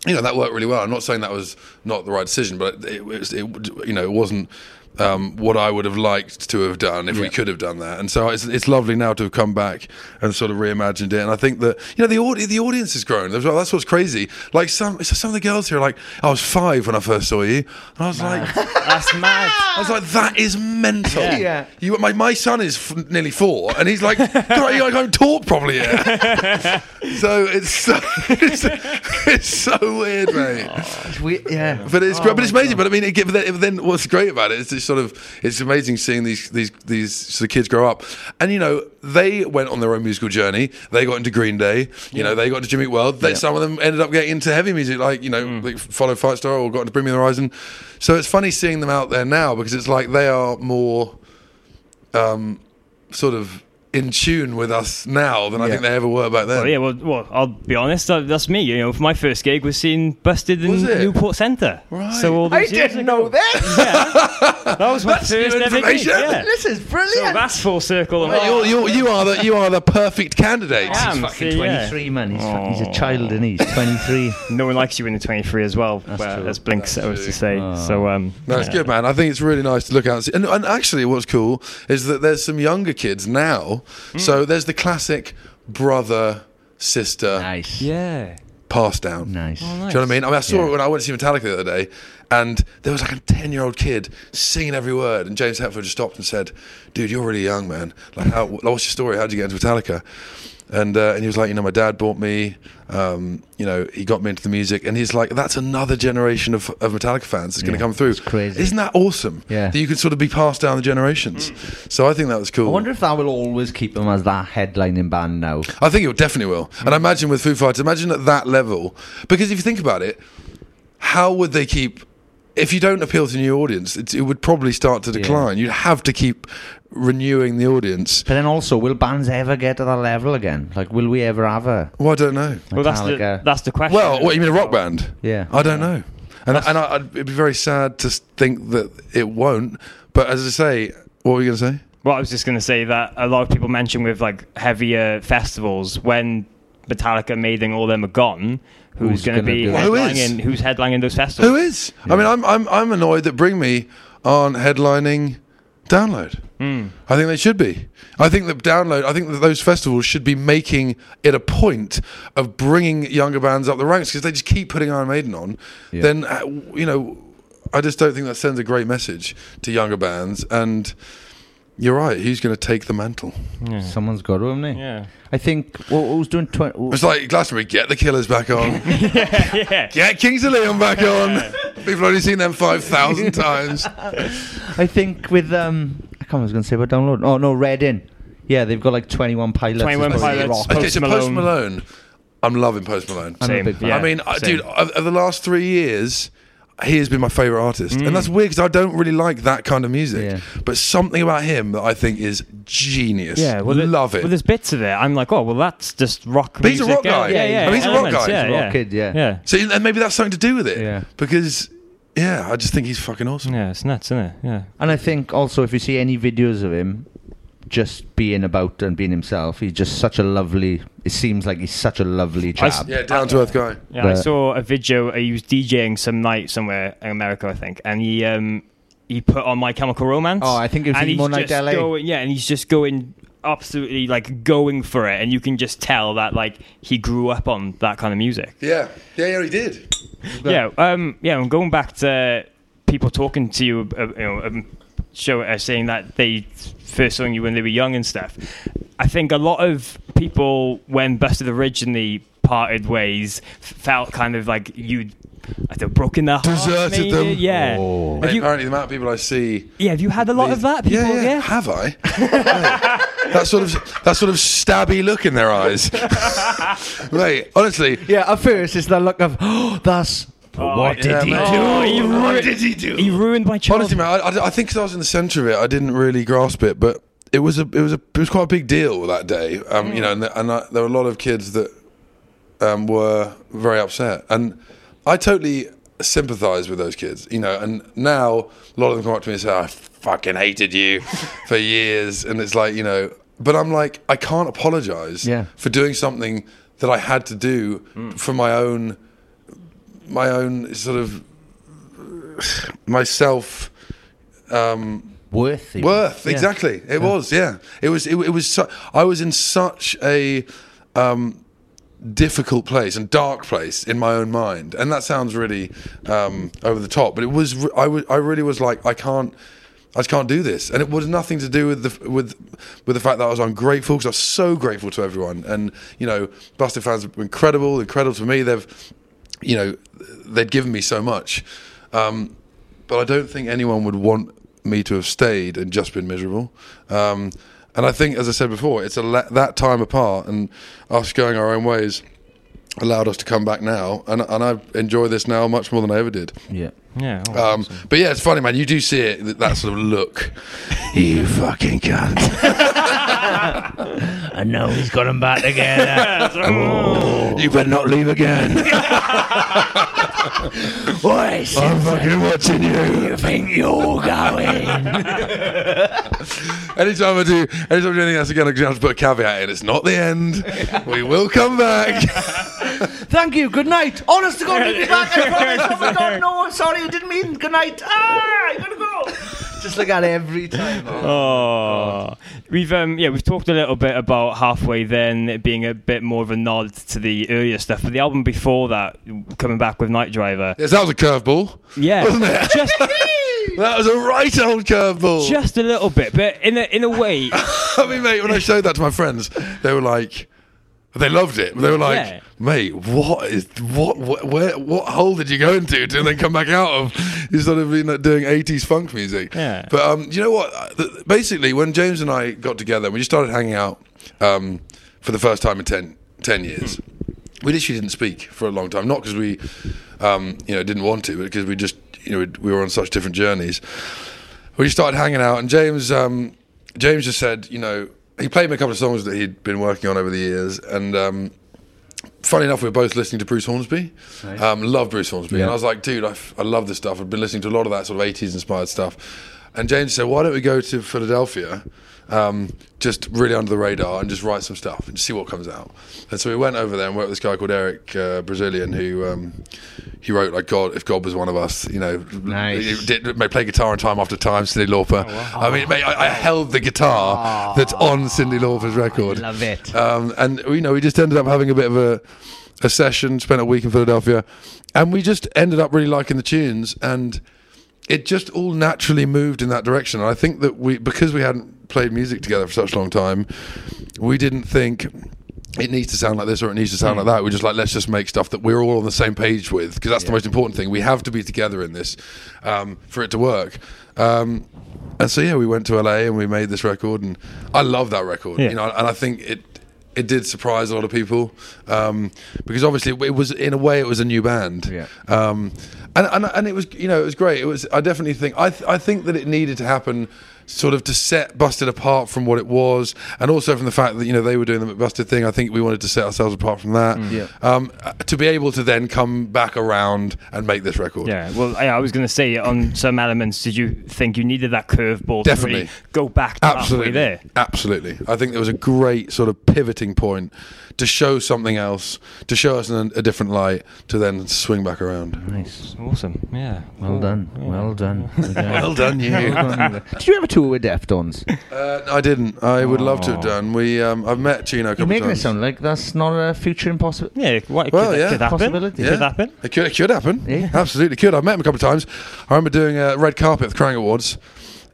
A: you know that worked really well. I'm not saying that was not the right decision, but it, was it you know it wasn't um, what I would have liked to have done if we could have done that. And so it's it's lovely now to have come back and sort of reimagined it. And I think that you know the audi- the audience has grown as well. That's what's crazy. Like some so some of the girls here are like I was five when I first saw you, and I was like
C: that's mad. I
A: was like that is mental.
D: Yeah. Yeah.
A: You my my son is f- nearly four, and he's like God, you- I can't talk properly yet. so it's so it's, it's so weird, mate.
D: It's weird, yeah.
A: But
C: Oh
A: it's but it's amazing. But I mean, it, but then, but then what's great about it is it's sort of it's amazing seeing these these these sort of kids grow up, and you know they went on their own musical journey. They got into Green Day, you know, they got into Jimmy Eat World. They,
F: Yeah.
A: Some of them ended up getting into heavy music, like you know,
C: Mm.
A: like follow Fight Star or got into Bring Me the Horizon. So it's funny seeing them out there now because it's like they are more um, sort of in tune with us now than I think they ever were back then.
C: Well, yeah, well, well, I'll be honest. That, that's me. You know, my first gig was seeing Busted in Newport Centre. Right. So all
D: I
C: these years
D: didn't know that.
C: that was my
D: new
C: first ever gig.
A: information.
C: Yeah.
D: This is brilliant.
C: So that's full circle. and all.
A: Well, you're, you're, you are the you are the perfect candidate.
C: I am, see, yeah.
D: man. He's, fucking- he's a
C: Aw.
D: child and he's 23.
C: No one likes you in the 23 as well, well, as Blink was to say.
A: Oh.
C: So, um,
A: No, it's
C: yeah.
A: good, man. I think it's really nice to look out and see. And, and actually, what's cool is that there's some younger kids now. So there's the classic brother sister. Nice.
C: Yeah.
A: Pass down.
D: Oh, Nice.
A: Do you know what I mean? I mean, I saw it when I went to see Metallica the other day, and there was like a ten-year-old kid singing every word, and James Hetfield just stopped and said, "Dude, you're really young, man. Like, how, what's your story? How would you get into Metallica?" And uh, and he was like, "You know, my dad bought me. Um, you know, he got me into the music." And he's like, "That's another generation of, of Metallica fans that's going to
D: Yeah,
A: come through. crazy. Isn't that awesome?
D: Yeah.
A: That you can sort of be passed down the generations. So I think that was cool.
D: Mm. I wonder if that will always keep him as that headlining band now.
A: I think it definitely will. And I imagine with Foo Fighters, imagine at that level, because if you think about it, how would they keep? If you don't appeal to a new audience, it, it would probably start to decline. You'd have to keep renewing the audience.
D: But then also, will bands ever get to that level again? Like, will we ever have a
A: Well, I don't know.
C: Well, that's the, that's the question.
A: Well, what you mean a rock band?
D: Yeah.
A: I don't know, and and I, I'd, it'd be very sad to s- think that it won't. But as I say, what were you going to say?
C: Well, I was just going to say that a lot of people mention with like heavier festivals when Metallica, Maiden, all them are gone. Who's,
A: Who's
C: going to
A: gonna
C: be
A: do that? Who is?
C: headlining? who's headlining those festivals?
A: Who is? I mean, I'm I'm I'm annoyed that Bring Me aren't headlining Download. I think they should be. I think that download. I think that those festivals should be making it a point of bringing younger bands up the ranks because they just keep putting Iron Maiden on.
F: Yeah.
A: Then uh, you know, I just don't think that sends a great message to younger bands. And you're right. Who's going to take the mantle?
D: Someone's got to, haven't they?
C: Yeah.
D: I think. Well, who's doing twenty?
A: It's like Glastonbury. Get the Killers back on. Get Kings of Leon back on. People have only seen them five thousand times.
D: I think with um, I can't. remember what I was going to say about download. Oh no, Red In. Yeah, they've got like twenty-one pilots. It's like rock.
A: okay, so Post Malone. I'm loving Post Malone.
D: I'm a Same, big fan.
A: I mean,
D: yeah,
A: I,
D: same.
A: dude, of, of the last three years, he has been my favorite artist,
C: Mm.
A: and that's weird because I don't really like that kind of music. But something about him that I think is genius.
C: Yeah, well, there-
A: love it.
C: Well, there's bits of it. I'm like, oh, well, that's just rock.
A: But he's a rock
C: music.
A: guy.
C: Yeah, yeah.
A: I mean, he's a rock
C: elements,
A: guy.
C: Yeah, yeah. Yeah.
A: So and maybe that's something to do with it. Yeah. Because yeah, I just think he's fucking awesome.
C: Yeah, it's nuts, isn't it? Yeah.
D: And I think also if you see any videos of him, just being about and being himself, he's just such a lovely It seems like he's such a lovely
C: I s-
D: chap.
C: yeah, down to earth
A: guy.
C: Yeah, I
D: But-
C: saw a video. uh, He was DJing some night somewhere in America, I think, and he um he put on My Chemical Romance.
D: Oh, I think it was
C: and he's
D: Emo Night
C: just
D: LA.
C: Going, yeah, and he's just going absolutely like going for it, and you can just tell that like he grew up on that kind of music.
A: Yeah, yeah, yeah, he did.
C: Yeah, um, yeah. I'm going back to people talking to you, uh, you know, um, show uh, saying that they first saw you when they were young and stuff. I think a lot of people, when Busted originally parted ways, f- felt kind of like you'd I don't know, broken their heart.
A: Deserted
C: maybe?
A: them. Oh.
C: Yeah. Have you,
A: apparently, the amount of people I see.
C: yeah. Have you had a lot of that? People,
A: Yeah, yeah, Have I? Mate, that sort of that sort of stabby look in their eyes. Mate, honestly.
D: Yeah, at first it's the look of, oh, that's. But what did he do?
A: what did he do? He
C: ruined my
A: childhood. Honestly, man, I, I, I think 'cause I was in the centre of it, I didn't really grasp it, but it was a it was a it was quite a big deal that day. Um,
C: Mm.
A: you know, and, and I, there were a lot of kids that um, were very upset, and I totally sympathise with those kids. You know, and now a lot of them come up to me and say, "I fucking hated you for years," and it's like you know, but I'm like, I can't apologise
D: Yeah.
A: for doing something that I had to do for my own my own sort of myself um
D: worth even.
A: worth
D: Yeah.
A: exactly it was yeah it was it, it was su- i was in such a um difficult place and dark place in my own mind and that sounds really um over the top but it was re- i was i really was like i can't I just can't do this, and it was nothing to do with the f- with with the fact that I was ungrateful because I was so grateful to everyone, and you know, Busted fans were incredible, incredible to me. They've, you know, they'd given me so much, um, but I don't think anyone would want me to have stayed and just been miserable. Um, and I think, as I said before, it's a la- that time apart and us going our own ways allowed us to come back now, and and I enjoy this now much more than I ever did.
D: Yeah.
C: Yeah. oh.
A: Um, but yeah, it's funny, man. You do see it, th- that sort of look. you fucking cunt.
B: I know he's got him back together. Oh,
A: you better not leave again.
B: Oi, I'm
A: fucking watching you.
B: You think you're going?
A: anytime I do, anytime I do anything else again, I just have to put a caveat in. It's not the end. We will come back.
D: Thank you. Good night. Honest to God, leave me back. I promise. Oh my God, no. Sorry, I didn't mean. Good night. Ah, I gotta go. Just like that every time.
C: Oh, we've um yeah we've talked a little bit about halfway then it being a bit more of a nod to the earlier stuff, but the album before that, coming back with Night Driver.
A: Yes, that was a curveball.
C: Yeah,
A: Wasn't it?
C: Just,
A: that was a right old curveball.
C: Just a little bit, but in a in a way.
A: I mean, mate, when I showed that to my friends, they were like, they loved it. They were like,
C: Yeah.
A: mate, what is what, what where what hole did you go into to then come back out of? You sort of been like, doing eighties funk music.
C: Yeah.
A: But um, you know what? Uh, th- Basically, when James and I got together, we just started hanging out um, for the first time in 10, 10 years.
C: Hmm.
A: We literally didn't speak for a long time, not because we, um, you know, didn't want to, but because we just, you know, we were on such different journeys we just started hanging out, and James, um, James just said, you know, he played me a couple of songs that he'd been working on over the years, and um, funny enough, we were both listening to Bruce Hornsby.
F: Nice.
A: Um, love Bruce Hornsby,
F: Yeah.
A: and I was like, dude, I, f- I love this stuff. I've been listening to a lot of that sort of '80s inspired stuff, and James said, why don't we go to Philadelphia? Um, just really under the radar and just write some stuff and just see what comes out. And so we went over there and worked with this guy called Eric uh, Brazilian who um, he wrote like God if God was one of us, you know, nice. did, may play guitar on time after time. Cindy
D: Oh,
A: Lauper. I mean, mate, I, I held the guitar that's on Cindy Lauper's record.
D: Ah. love it.
A: Um, and you know, we just ended up having a bit of a a session. Spent a week in Philadelphia, and we just ended up really liking the tunes, and it just all naturally moved in that direction. And I think that we, because we hadn't played music together for such a long time, we didn't think. It needs to sound like this, or it needs to sound like that. We're just like, let's just make stuff that we're all on the same page with, because that's the most important thing. We have to be together in this um, for it to work. Um, and so yeah, we went to LA and we made this record, and I love that record.
F: Yeah.
A: You know, and I think it it did surprise a lot of people um, because obviously it was in a way it was a new band, yeah. um, and, and and it was you know it was great. It was I definitely think I th- I think that it needed to happen sort of to set Busted apart from what it was, and also from the fact that you know they were doing the Busted thing. I think we wanted to set ourselves apart from that.
F: Mm. Yeah.
A: Um, uh, to be able to then come back around and make this record.
C: Yeah, well, I, I was going to say on some elements, did you think you needed that curveball to
A: Definitely.
C: really go back to
A: Absolutely.
C: halfway there?
A: Absolutely. I think there was a great sort of pivoting point to show something else, to show us in a, a different light, to then swing back around.
F: Nice.
C: Awesome. Yeah.
F: Well done. Well done.
A: Well done, you.
D: Did you ever tour with Deftones?
A: Uh, I didn't. I would love to have
D: Oh.
A: done. We, um, I've met Gino. A couple
D: You're making it
A: times.
D: sound like that's not a future impossible.
C: Yeah, what,
A: Well, yeah,
D: Possibility.
A: Yeah. It could, it could happen. Absolutely could. I've met him a couple of times. I remember doing a red carpet at the Kerrang Awards,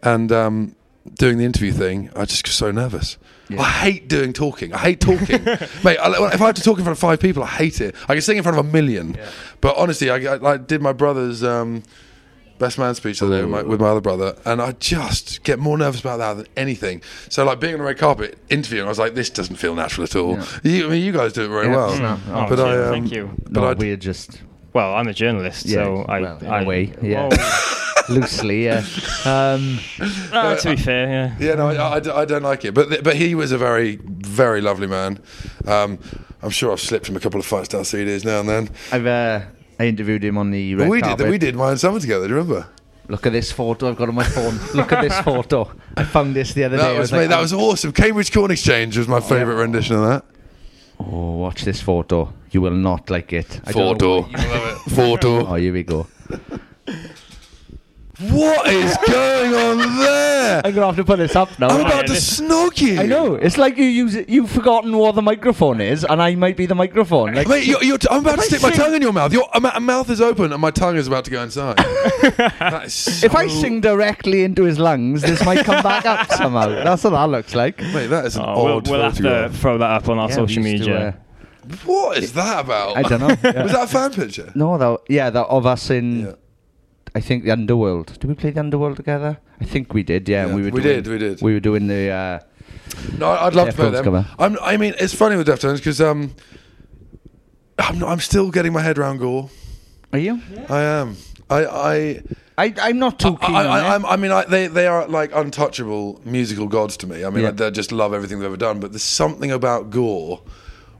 A: and um, doing the interview thing. I just got so nervous. I hate doing talking. I hate talking, mate. I, if I have to talk in front of five people, I hate it. I can sing in front of a million, but honestly, I, I, I did my brother's. Um, Best man speech the other day with my, with my other brother, and I just get more nervous about that than anything. So, like being on the red carpet interviewing, I was like, "This doesn't feel natural at all." You, I mean, you guys do it very
D: Yeah,
A: well,
D: it's not- oh,
A: but I,
D: cheers.
A: um,
D: Thank you.
A: But
D: No,
A: I
D: we're just
C: Well, I'm a journalist,
D: Yeah,
C: so I,
D: well, in a
C: I
D: way, yeah. loosely. Yeah. Um,
C: Ah, to be fair, yeah.
A: Yeah, no, I, I d- I don't like it. But th- but he was a very very lovely man. Um, I'm sure I've slipped him a couple of five star CDs now and then.
D: I've uh, I interviewed him on the red
A: we
D: carpet.
A: did we did my own summer together. Do you remember?
D: Look at this photo I've got on my phone. Look at this photo. I found this the other
A: That
D: day. I
A: was, mate,
D: like,
A: that was awesome. Cambridge Corn Exchange was my favourite rendition of that.
D: Oh, watch this photo. You will not like it. I don't know
A: Photo.
D: why you-
A: Photo.
D: Oh, here we go.
A: What is going on there?
D: I'm gonna have to put this up now.
A: I'm about to snog you.
D: I know. It's like you use it. You've forgotten what the microphone is, and I might be the microphone. Like,
A: Mate, you're, you're t- I'm about
D: If
A: to
D: I
A: stick my
D: sing-
A: tongue in your mouth. Your uh, my mouth is open and my tongue is about to go inside. that is so,
D: If I sing directly into his lungs, this might come back up somehow. That's what that looks like.
A: mate, that is an
C: Oh, we'll
A: odd
C: we'll have to
A: photograph.
C: throw that up on our
D: Yeah,
C: social
D: we used to, uh,
C: media.
A: What is that about?
D: I don't know. Yeah. Mm.
A: was that a fan picture?
D: No, that yeah, that of us in. I think the underworld. Did we play the underworld together? I think we did. Yeah,
A: Yeah,
D: we were.
A: we
D: doing,
A: did, we did.
D: We were doing the. Uh,
A: No, I'd love to play
D: Deftones
A: them.
D: cover.
A: I'm, I mean, it's funny with Deftones because um, I'm, not, I'm still getting my head round Gore.
D: are you?
A: I am. I I
D: I I'm not too
A: I,
D: keen on
A: I,
D: it.
A: I'm- I mean, I, they they are like untouchable musical gods to me. I mean,
D: Yeah.
A: like, they just love everything they've ever done. But there's something about Gore,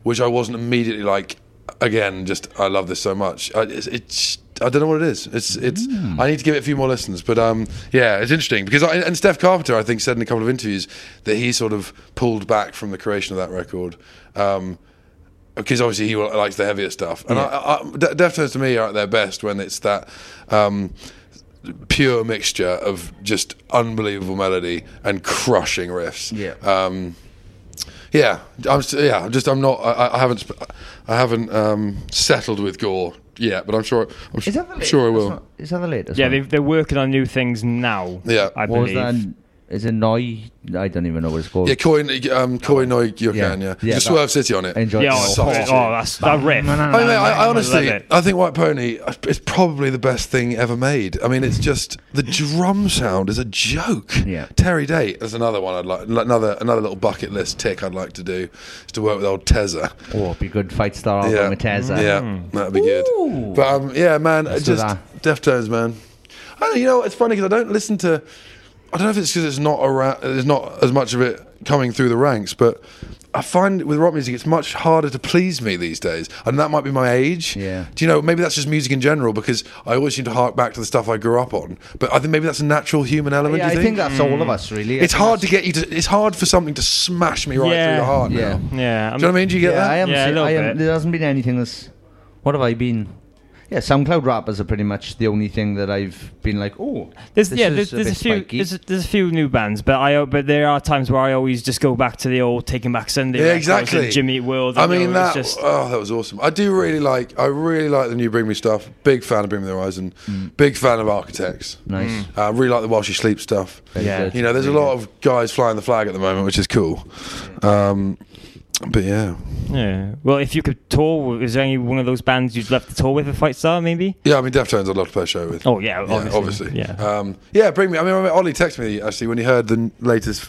A: which I wasn't immediately like. Again, just I love this so much. I, it's, it's I don't know what it is. It's it's.
D: Mm.
A: I need to give it a few more listens. But um, yeah, it's interesting because I, and Steph Carpenter, I think, said in a couple of interviews that he sort of pulled back from the creation of that record. Um, because obviously he likes the heavier stuff, and I, I, De- Deftones to me are at their best when it's that um, pure mixture of just unbelievable melody and crushing riffs.
D: Yeah.
A: Um, yeah. I'm s- yeah. I'm just I'm not. I, I- I haven't. sp- I haven't um, settled with Gore yet, but I'm sure. I'm
D: Is that the
A: am sure I
D: latest
A: will.
D: one? Is that the latest?
C: Yeah,
D: one?
C: they they're working on new things now.
A: Yeah.
C: I
D: What was
C: believe.
D: that? Is it Noi? I don't even know what it's called.
A: yeah, Koi, um, Koi Noi Yokan,
D: Oh. Yeah.
A: yeah.
D: Yeah,
A: Just
D: that-
A: Swerve City on it.
D: I enjoyed
C: Yeah, oh,
A: Such a-
C: oh, that's that
A: I,
C: riff.
A: mean, I, I honestly, uh,
C: love it.
A: I think White Pony is probably the best thing ever made. I mean, it's just the drum sound is a joke.
D: Yeah.
A: Terry Date is another one I'd like, another another little bucket list tick I'd like to do is to work with old Tezza.
D: Oh, it'd be good fight star album with Tezza.
A: Yeah, that'd be
D: Ooh.
A: good. But um, yeah, man,
D: Let's do
A: just
D: that.
A: Deftones, man. I don't, you know, it's funny because I don't listen to. I don't know if it's because it's not around. There's not as much of it coming through the ranks, but I find with rock music it's much harder to please me these days, and that might be my age.
D: Yeah.
A: Do you know? Maybe that's just music in general because I always seem to hark back to the stuff I grew up on. But I think maybe that's a natural human element.
D: Yeah,
A: do
D: I
A: you
D: think that's all of us really. I
A: It's
D: think
A: hard to get you to. It's hard for something to smash me right
C: Yeah.
A: through the heart.
D: Yeah.
A: now.
C: Yeah,
A: Do you know what I mean? Do you get
D: yeah,
A: that?
D: I haven't
C: Yeah, a
D: seen,
C: little
D: I haven't,
C: bit.
D: there hasn't been anything that's. What have I been? Yeah, SoundCloud rappers are pretty much the only thing that I've been like, oh,
C: There's,
D: this
C: yeah,
D: is
C: there's,
D: a
C: there's a,
D: bit
C: few
D: spiky.
C: there's, a- there's a few new bands, but I uh, but there are times where I always just go back to the old Taking Back Sunday,
A: Yeah,
C: records and
A: exactly.
C: Jimmy Eat World.
A: I
C: and, you
A: mean
C: know,
A: that.
C: it's just,
A: oh, that was awesome. I do really like. I really like the new Bring Me stuff. Big fan of Bring Me the Horizon. Big fan of Architects.
D: Nice.
A: Uh, really like the While She Sleeps stuff.
D: Yeah. good.
A: You know, there's a lot of guys flying the flag at the moment, which is cool. Um, but yeah,
C: yeah. Well, if you could tour, with- is there any one of those bands you'd love to tour with a Fight Star? Maybe.
A: yeah. I mean, Deftones. I'd love to play a show with.
C: Oh yeah,
A: Yeah,
C: obviously. Yeah.
A: Um, yeah, bring me. I mean, I mean, Ollie texted me actually when he heard the n- latest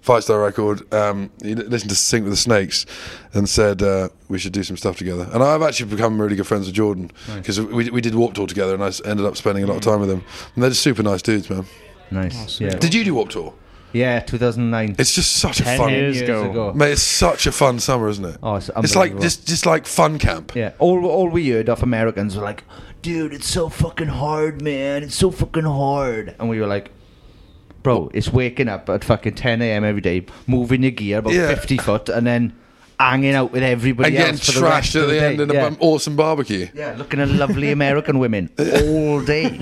A: five star record. Um, he li- listened to Sync with the Snakes and said uh, we should do some stuff together. And I've actually become really good friends with Jordan because we, we did Warp Tour together, and I s- ended up spending a lot of time with him. And they're just super nice dudes, man.
D: nice. Yeah.
A: Did you do Warp Tour?
D: Yeah, 2009.
A: It's just such a fun Mate, it's such a fun summer, isn't it?
D: Oh, it's,
A: It's like
D: unbelievable.
A: just just like fun camp.
D: Yeah, all all we heard off Americans were like,
B: Dude, it's so fucking hard, man. It's so fucking hard.
D: and we were like, bro, it's waking up at fucking 10 a.m. every day, moving your gear about
A: Yeah.
D: 50 foot, and then hanging out with everybody
A: and getting
D: else for the rest
A: trashed at
D: of
A: the
D: day.
A: end in
D: yeah.
A: a an awesome barbecue.
D: Yeah, looking at lovely American women all day.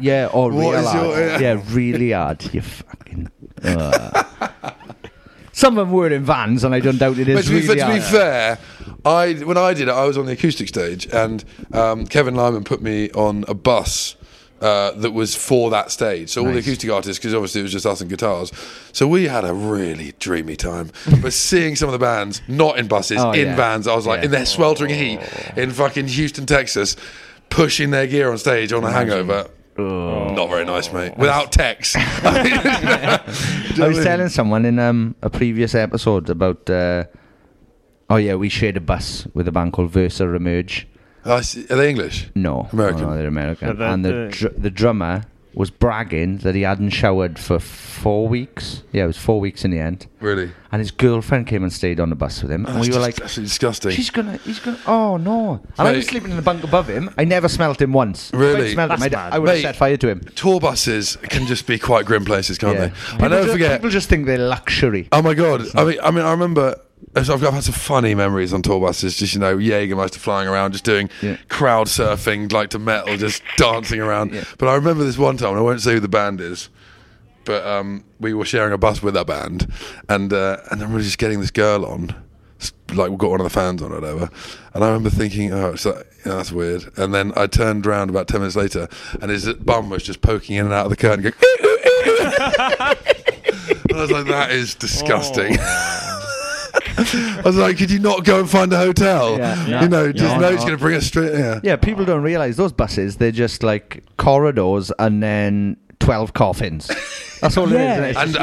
D: Yeah, or
A: What
D: real
A: is
D: hard.
A: your- uh, yeah.
D: yeah. really hard. You fucking. uh. Some of them were in vans, and I don't doubt it is
A: But to be,
D: really
A: to be
D: hard.
A: fair, I when I did it, I was on the acoustic stage, and um, Kevin Lyman put me on a bus. Uh, that was for that stage. So all the
G: Nice.
A: acoustic artists, because obviously it was just us and guitars. So we had a really dreamy time. but seeing some of the bands, not in buses,
G: Oh,
A: in
G: yeah.
A: bands, I was like
G: Yeah.
A: in their sweltering heat in fucking Houston, Texas, pushing their gear on stage on a hangover. Not very nice, mate. Without text.
D: I
A: uh,
D: was telling someone in um, a previous episode about. Uh, oh yeah, we shared a bus with a band called Versa Emerge.
A: I see- Are they English?
D: No,
A: American.
D: No, they're American.
A: Yeah, they're-
D: and the
A: they're-
D: dr- the drummer was bragging that he hadn't showered for four weeks. Yeah, it was four weeks in the end.
A: Really?
D: And his girlfriend came and stayed on the bus with him,
A: Oh,
D: and we
A: that's
D: were
A: just
D: like,
A: absolutely disgusting.
D: She's gonna, he's gonna. Oh no! And I
A: Mate.
D: was sleeping in the bunk above him. I never smelt him once. If I'd
A: Really?
D: smelled him, I'd- I would have
A: Mate,
D: set fire to him.
A: Tour buses can just be quite grim places, can't
D: Yeah.
A: they? I never
D: ju-
A: forget.
D: People just think they're luxury.
A: Oh my god! I mean, I mean, I remember. I've I've had some funny memories on tour buses, just you know, Jägermeister flying around, just doing crowd surfing, like to metal, just dancing around. But I remember this one time, and I won't say who the band is, but um, we were sharing a bus with a band, and uh, and then we were just getting this girl on, s- like we got one of the fans on or whatever. And I remember thinking, oh, it's like, you know, that's weird. And then I turned around about ten minutes later, and his bum was just poking in and out of the curtain, going. And I was like, that is disgusting. I was like, could you not go and find a hotel?
D: Yeah.
A: You know, just
D: Yeah.
A: know it's going to bring us straight here.
D: Yeah, people don't realize those buses. They're just like corridors and then twelve coffins. That's all it is. It's
A: And,
D: just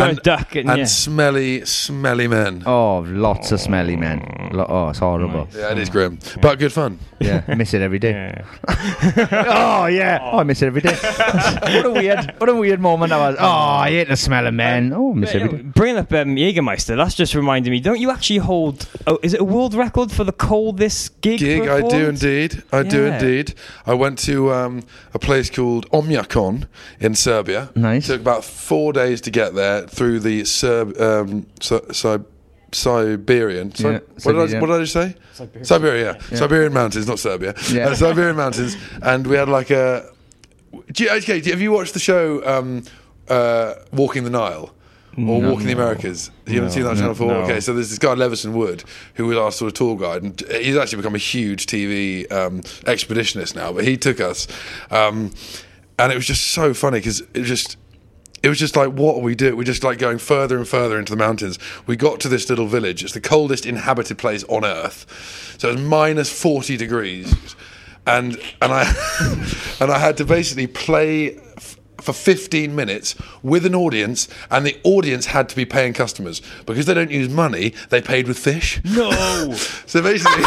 A: and,
D: nothing.
A: and- and smelly, smelly men.
D: Oh, lots of smelly men. Lo- Oh, it's horrible.
A: Yeah, it is grim, but good fun.
D: Yeah, I miss it every day. oh yeah, oh I miss it every day. what a weird, what a weird moment that was. Oh, I hate the smell of men. Oh, I miss it every day.
C: Bringing up um, Jägermeister, that's just reminding me. Don't you actually hold? Oh, is it a world record for the coldest gig?
A: Gig, I do
C: performed?
A: indeed. I do
C: Yeah.
A: indeed. I went to um, a place called Omyakon in Serbia. Nice. Took about four days to get there through the Serb, um, Si- Si- Siberian. Si-
G: Yeah,
A: what, did I,
G: Siberian.
A: what did I say?
G: Siberian.
A: Siberia, yeah.
G: Yeah.
A: Siberian mountains, not Serbia.
G: Yeah.
A: Uh, Siberian mountains, and we had like a. Do you, okay, do you- have you watched the show um, uh, Walking the Nile? Or
G: No.
A: Walking the Americas. You haven't
G: No.
A: seen that on
G: No.
A: Channel 4?
G: No.
A: Okay, so there's this guy, Leveson Wood, who was our sort of tour guide, and he's actually become a huge TV um, expeditionist now, but he took us. Um, and it was just so funny because it was just. It was just like, what are we doing? We're just like going further and further into the mountains. We got to this little village. It's the coldest inhabited place on earth. So it's minus 40 degrees and and I and I had to basically play f- for 15 minutes with an audience, and the audience had to be paying customers because they don't use money. They paid with fish. No. so basically,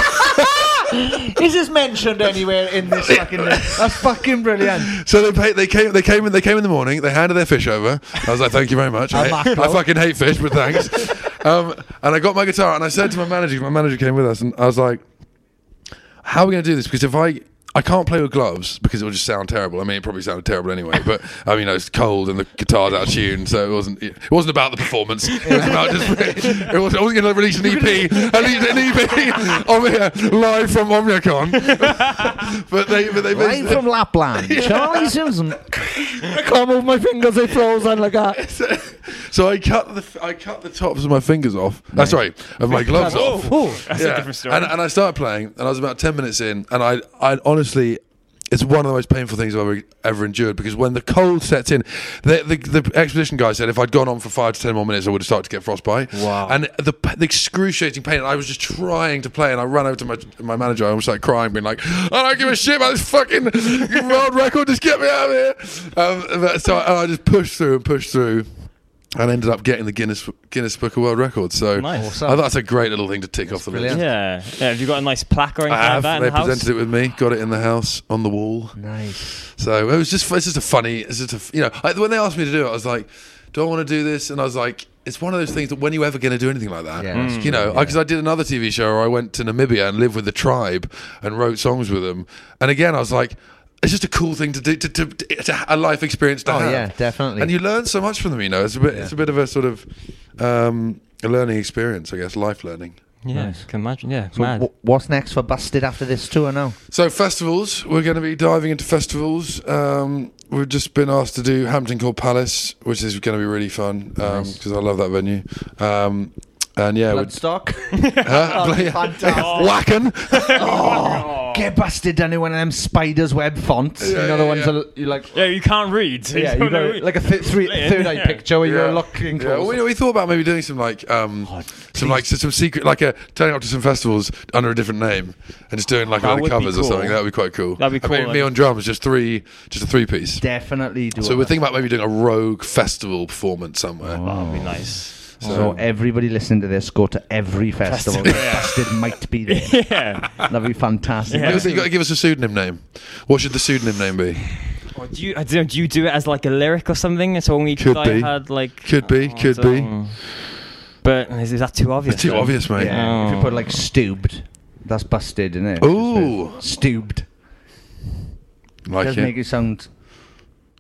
B: is this mentioned anywhere in this fucking? That's fucking brilliant.
A: so they paid, they came they came in they came in the morning. They handed their fish over. I was like, thank you very much. I,
G: A
A: I
G: mackerel.
A: fucking hate fish, but thanks. um, and I got my guitar, and I said to my manager, my manager came with us, and I was like. how are we going to do this? Because if I I can't play with gloves because it would just sound terrible. I mean, it probably sounded terrible anyway. But I mean, it's cold and the guitar's out of tune, so it wasn't. It wasn't about the performance. It was about just. It was, I wasn't going to release an EP. I need an E EP on here live from Omnicon. but they, but they
D: Right
A: basically-
D: from Lapland, Charlie Simpson.
A: I can't move my fingers; they frozen like that. So, so I cut the I cut the tops of my fingers off. Uh, sorry, of my gloves
G: Oh,
A: off.
G: oh, that's a different story.
A: And, and I started playing, and I was about ten minutes in, and I I honestly. It's one of the most painful things I've ever, ever endured because when the cold sets in, the, the, the expedition guy said if I'd gone on for five to ten more minutes, I would have started to get frostbite. Wow! And the, p- the excruciating pain. I was just trying to play, and I ran over to my my manager. I was like crying, being like, "I don't give a shit about this fucking world record. Just get me out of here." Um, but- so I, I just pushed through and pushed through, and ended up getting the Guinness Guinness Book of World Records. So
C: Nice. Awesome.
A: I thought that's a great little thing to tick off the list.
C: Yeah. yeah. Have you got a nice plaque or
A: I
C: anything
A: have.
C: like that?
A: They
C: in the
A: presented
C: house?
A: it with me. Got it in the house on the wall. Nice. So it was just. It's just a funny. It's just a. You know, I, when they asked me to do it, I was like, do I want to do this? And I was like, it's one of those things that when are you ever going to do anything like that?
D: Yeah, that's
A: you know,
D: true,
A: because I did another TV show where I went to Namibia and lived with the tribe and wrote songs with them. And again, I was like, it's just a cool thing to do, to, to, to, to a life experience to
D: Oh,
A: have.
D: yeah, definitely.
A: And you learn so much from them, you know. It's a bit, it's a bit of a sort of um, a learning experience, I guess, life learning.
C: Yeah, can imagine. Yeah,
D: So
C: mad.
D: wh- what's next for Busted after this tour now?
A: So festivals, we're going to be diving into festivals. Um, we've just been asked to do Hampton Court Palace, which is going to be really fun because I love that venue. Um, and yeah, we're-
D: Bloodstock.
A: Huh?
D: That'd be
A: Yeah.
D: Oh, fantastic.
A: Whacking.
D: Oh, get busted done in one of them spider's web fonts.
C: Yeah,
D: you know the
C: yeah,
D: ones
C: yeah.
D: that you like.
C: Yeah, you can't read.
D: Yeah, you got like a th- three, third eye picture where you're Oh, looking.
A: Yeah, well,
D: close.
A: we, we thought about maybe doing some like um, some like some secret like a turning up to some festivals under a different name and just doing like
D: That
A: all the
D: would be
A: covers or
D: cool.
A: something. That'd be quite cool.
D: That'd be
A: I mean,
D: cool.
A: me on drums, just three, just a three piece.
D: Definitely do.
A: So we're
D: it.
A: thinking about maybe doing a rogue festival performance somewhere.
D: that'd be
C: nice.
D: So, everybody listening to this, go to every festival.
A: Festival, yeah.
D: Busted might be there.
C: yeah,
D: that'd be fantastic.
A: Maybe you've got to give us a pseudonym name. What should the pseudonym name be?
C: Or do you? I don't. know, Do you do it as like a lyric or something? So when we
A: Could
C: I
A: be.
C: had like Oh,
A: Could be.
C: I
A: Could
C: don't
A: be.
C: know. But is, is that too obvious?
A: It's too
C: then?
A: obvious, mate.
D: Yeah, If you put like stoobed, that's busted, isn't it?
A: Ooh.
D: stoobed.
A: Like
D: Does
A: it.
D: make you sound.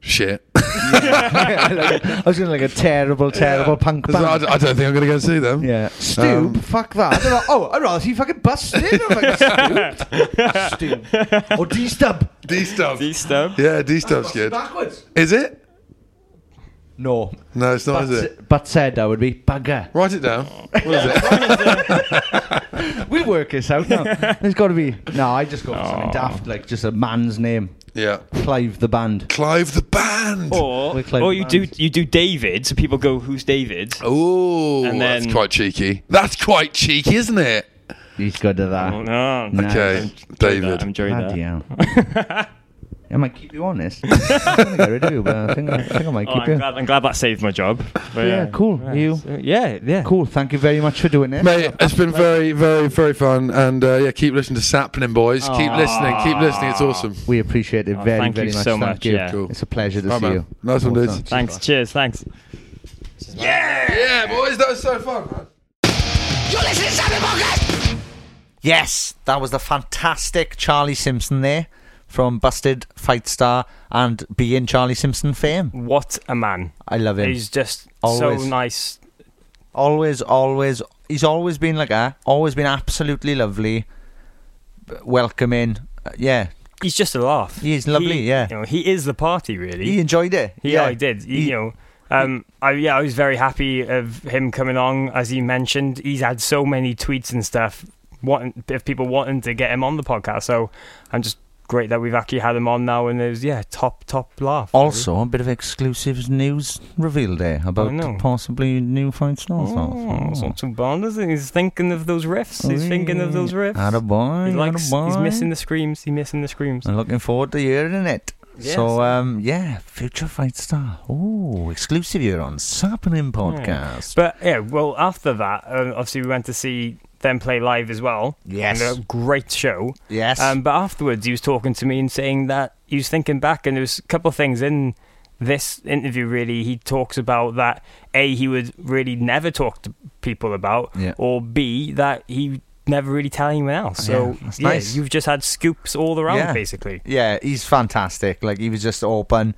A: Shit.
D: like, I was going like a terrible, terrible punk
A: So
D: band.
A: I, d- I don't think I'm going to go see them.
D: Yeah. Stoob, fuck that. I don't know. Oh, I'd rather see fucking busted. I'm like, Stoob. Stoob. Or D stub.
A: D stub.
C: D stub.
A: Yeah, D stub's good.
D: Backwards.
A: Is it?
D: No.
A: No, it's not,
D: but,
A: is it?
D: But said I would be bugger.
A: Write it down. What is it?
D: We'll work this out now. There's got to be. No, I just got something daft, like just a man's name.
A: Yeah.
D: Clive the band.
A: Clive the band.
C: Or
D: We're close
C: or you do
D: friends.
C: you do David, so people go, "Who's David?"
A: Oh,
C: And then-
A: that's quite cheeky. That's quite cheeky, isn't it?
D: He's good at that.
C: Oh, no, no,
A: Okay, David.
C: I'm enjoying that.
D: Bloody hell. I might keep you honest. I'm gonna get rid of you, but I think I, I think I might
C: Oh,
D: keep
C: I'm,
D: you.
C: glad, I'm glad that saved my job. But
D: Yeah, cool. You.
C: so- yeah, yeah.
D: Cool. Thank you very much for doing this.
A: Mate, it's been very, very, very fun. And uh, yeah, keep listening to Sapling, boys.
C: Ah.
A: Keep listening. Keep listening. It's awesome.
D: We appreciate it very,
C: thank
D: very
C: you
D: much.
C: so
D: thank
C: much,
D: you.
C: yeah.
D: It's a pleasure to
A: Right,
D: see
A: man.
D: you.
A: Nice one, dudes.
C: Thanks. Cheers. Thanks.
A: Yeah, boys, that was so fun, man.
G: You're listening to Sammy Podcast!
D: Yes, that was the fantastic Charlie Simpson there from Busted Fight Star and being Charlie Simpson fame.
C: What a man.
D: I love him.
C: He's just
D: Always.
C: so nice.
D: always, always, he's always been like that. Always been absolutely lovely, b- welcoming. Uh, yeah,
C: He's just a laugh.
D: He is lovely, yeah.
C: you know, he is the party, really.
D: he enjoyed it.
C: yeah, I did. He-
D: He-
C: you know, um, I yeah, I was very happy of him coming on. As he mentioned, he's had so many tweets and stuff, wanting of people wanting to get him on the podcast. So I'm just great that we've actually had him on now, and there's yeah, top top laugh.
D: Also, a bit of exclusive news revealed there about
C: know.
D: possibly new Fight Star stuff.
C: Oh, it's not too bad, is it? He's thinking of those riffs. He's thinking of those riffs.
D: Attaboy,
C: he likes. He's
D: attaboy.
C: missing the screams. He's missing the screams.
D: I'm looking forward to hearing it.
C: Yes.
D: So um, yeah, future fight star. Oh, exclusive here on Sappening Podcast.
C: Hmm. But yeah, well, after that, um, obviously we went to see them play live as well.
D: Yes.
C: and a great show.
D: Yes.
C: Um, but afterwards, he was talking to me and saying that he was thinking back, and there was a couple of things in this interview. Really, he talks about that a he would really never talk to people about,
D: Yeah.
C: or b that he never really tell anyone else. So
D: Yeah, that's
C: yeah,
D: nice.
C: you've just had scoops all around,
D: Yeah.
C: basically.
D: Yeah, he's fantastic. Like he was just open.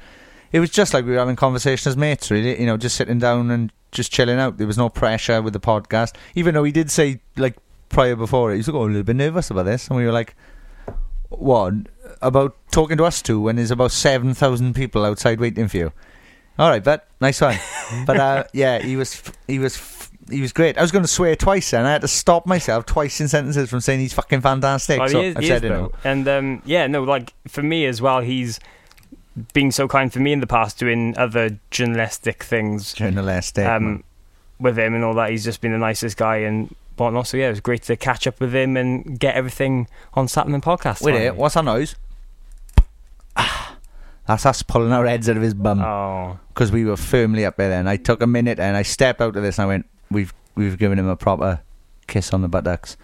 D: It was just like we were having conversation as mates, really. You know, just sitting down and just chilling out. There was no pressure with the podcast, even though he did say like prior before it, he's like, "Oh, I'm a little bit nervous about this," and we were like, "What about talking to us two when there's about seven thousand people outside waiting for you?" All right, but nice one. but uh, yeah, he was f- he was f- he was great. I was going to swear twice, and I had to stop myself twice in sentences from saying he's fucking fantastic.
C: Well,
D: so
C: he is,
D: I've
C: he is,
D: said it.
C: though.
D: now.
C: And um, yeah, no, like for me as well, he's been so kind for me in the past doing other journalistic things
D: Journalistic. man.
C: um, with him and all that. He's just been the nicest guy and whatnot. So yeah, it was great to catch up with him and get everything on Saturday podcast.
D: Wait
C: finally.
D: here, what's our noise? Ah, That's us pulling our heads out of his bum
C: Oh,
D: because we were firmly up there. Then I took a minute and I stepped out of this and I went, "We've we've given him a proper kiss on the buttocks."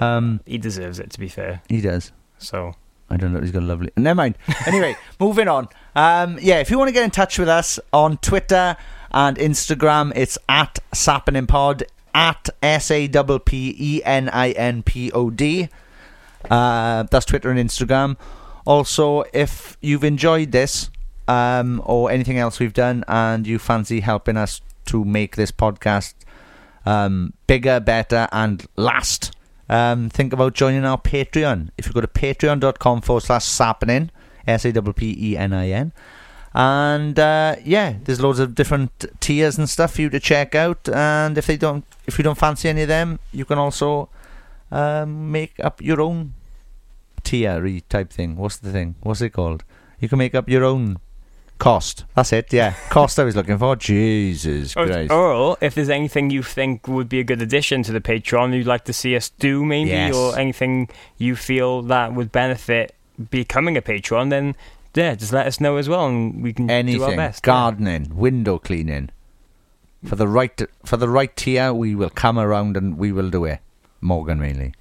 D: Um,
C: he deserves it to be fair.
D: he does.
C: So
D: I don't know. He's got a lovely. Never mind. Anyway, moving on. Um, yeah, if you want to get in touch with us on Twitter and Instagram. It's at sappeninpod at S A P P E N I N P O D. Uh, that's Twitter and Instagram. Also, if you've enjoyed this um, or anything else we've done and you fancy helping us to make this podcast um, bigger, better, and last, um, think about joining our Patreon. If you go to patreon.com forward slash sappenin, S A P P E N I N, and uh, yeah, there's loads of different tiers and stuff for you to check out. And if they don't, if you don't fancy any of them, you can also um, make up your own tier type thing. What's the thing? What's it called? You can make up your own cost. That's it. Yeah, cost I was looking for. Jesus
C: Or,
D: Christ.
C: or if there's anything you think would be a good addition to the Patreon you'd like to see us do, maybe,
D: Yes.
C: or anything you feel that would benefit becoming a Patreon, then yeah, just let us know as well, and we can Mm, do our
D: anything
C: best.
D: gardening window cleaning for the right for the right tier we will come around and we will do it morgan mainly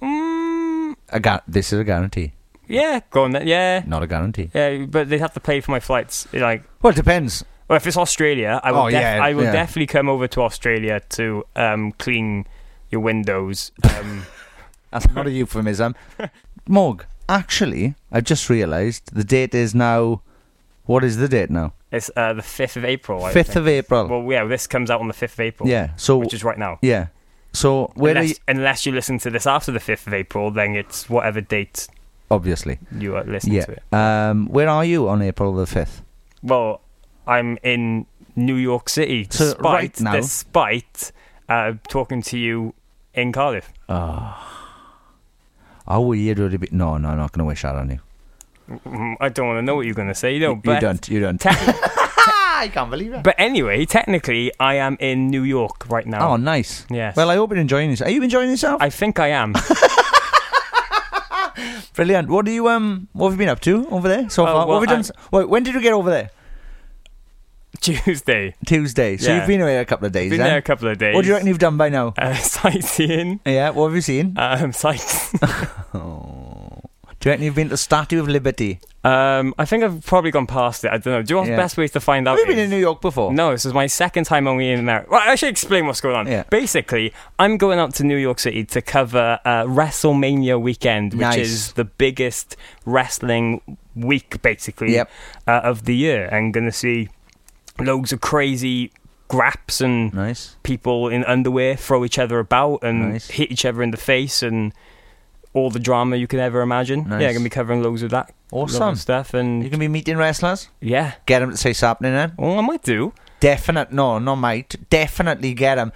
C: Mm.
D: a gu- this is a guarantee
C: Yeah, go on then. Yeah,
D: not a guarantee
C: yeah, but they'd have to pay for my flights. Like,
D: well, it depends.
C: Well, if it's Australia, I will.
D: Oh,
C: def-
D: yeah,
C: I will
D: yeah.
C: definitely come over to Australia to um, clean your windows. Um,
D: That's not a euphemism. morg actually i've just realized the date is now what is the date now
C: It's uh, the fifth of April. I
D: 5th of
C: think.
D: April.
C: Well, yeah, this comes out on the fifth of April.
D: yeah so
C: which is right now.
D: yeah so where
C: unless,
D: are you
C: unless you listen to this after the fifth of April, then it's whatever date
D: obviously
C: you are listening
D: yeah
C: to it.
D: um where are you on april the 5th
C: Well, I'm in New York City,
D: So,
C: despite
D: right now-
C: despite uh, talking to you in Cardiff.
D: Oh. How weird would it be? No, no, I'm not going to wish that on you.
C: Mm, I don't want to know what you're going to say, though.
D: you
C: but
D: don't, you don't.
C: I
D: can't believe it.
C: But anyway, technically, I am in New York right now.
D: Oh, nice.
C: Yes.
D: Well, I hope you're enjoying this. Are you enjoying yourself?
C: I think I am.
D: Brilliant. What do you um? What have you been up to over there so far?
C: Oh, well,
D: what have you done?
C: I'm-
D: s- Wait, when did you get over there?
C: Tuesday.
D: Tuesday. So
C: Yeah.
D: you've been away a couple of days.
C: Been
D: then?
C: there a couple of days.
D: What do you reckon you've done by now?
C: Uh, sightseeing.
D: Yeah. What have you seen? Oh.
C: Um, sights.
D: Do you reckon you've been to the Statue of Liberty?
C: Um, I think I've probably gone past it. I don't know. Do you want
D: Yeah.
C: the best ways to find out?
D: Have you been
C: is-
D: in New York before?
C: No, this is my second time only in America. Well, I should explain what's going on.
D: Yeah.
C: Basically, I'm going up to New York City to cover uh, WrestleMania weekend, which
D: Nice.
C: is the biggest wrestling week, basically,
D: Yep.
C: uh, of the year. I'm going to see loads of crazy graps and people in underwear throw each other about and
D: Nice.
C: hit each other in the face and all the drama you can ever imagine.
D: Nice.
C: Yeah, I'm going to be covering loads of that. loads of
D: Awesome.
C: stuff. And
D: You're gonna be meeting wrestlers.
C: Yeah.
D: Get them to say something then.
C: Well, I might do.
D: Definite. No, no, might. Definitely get them.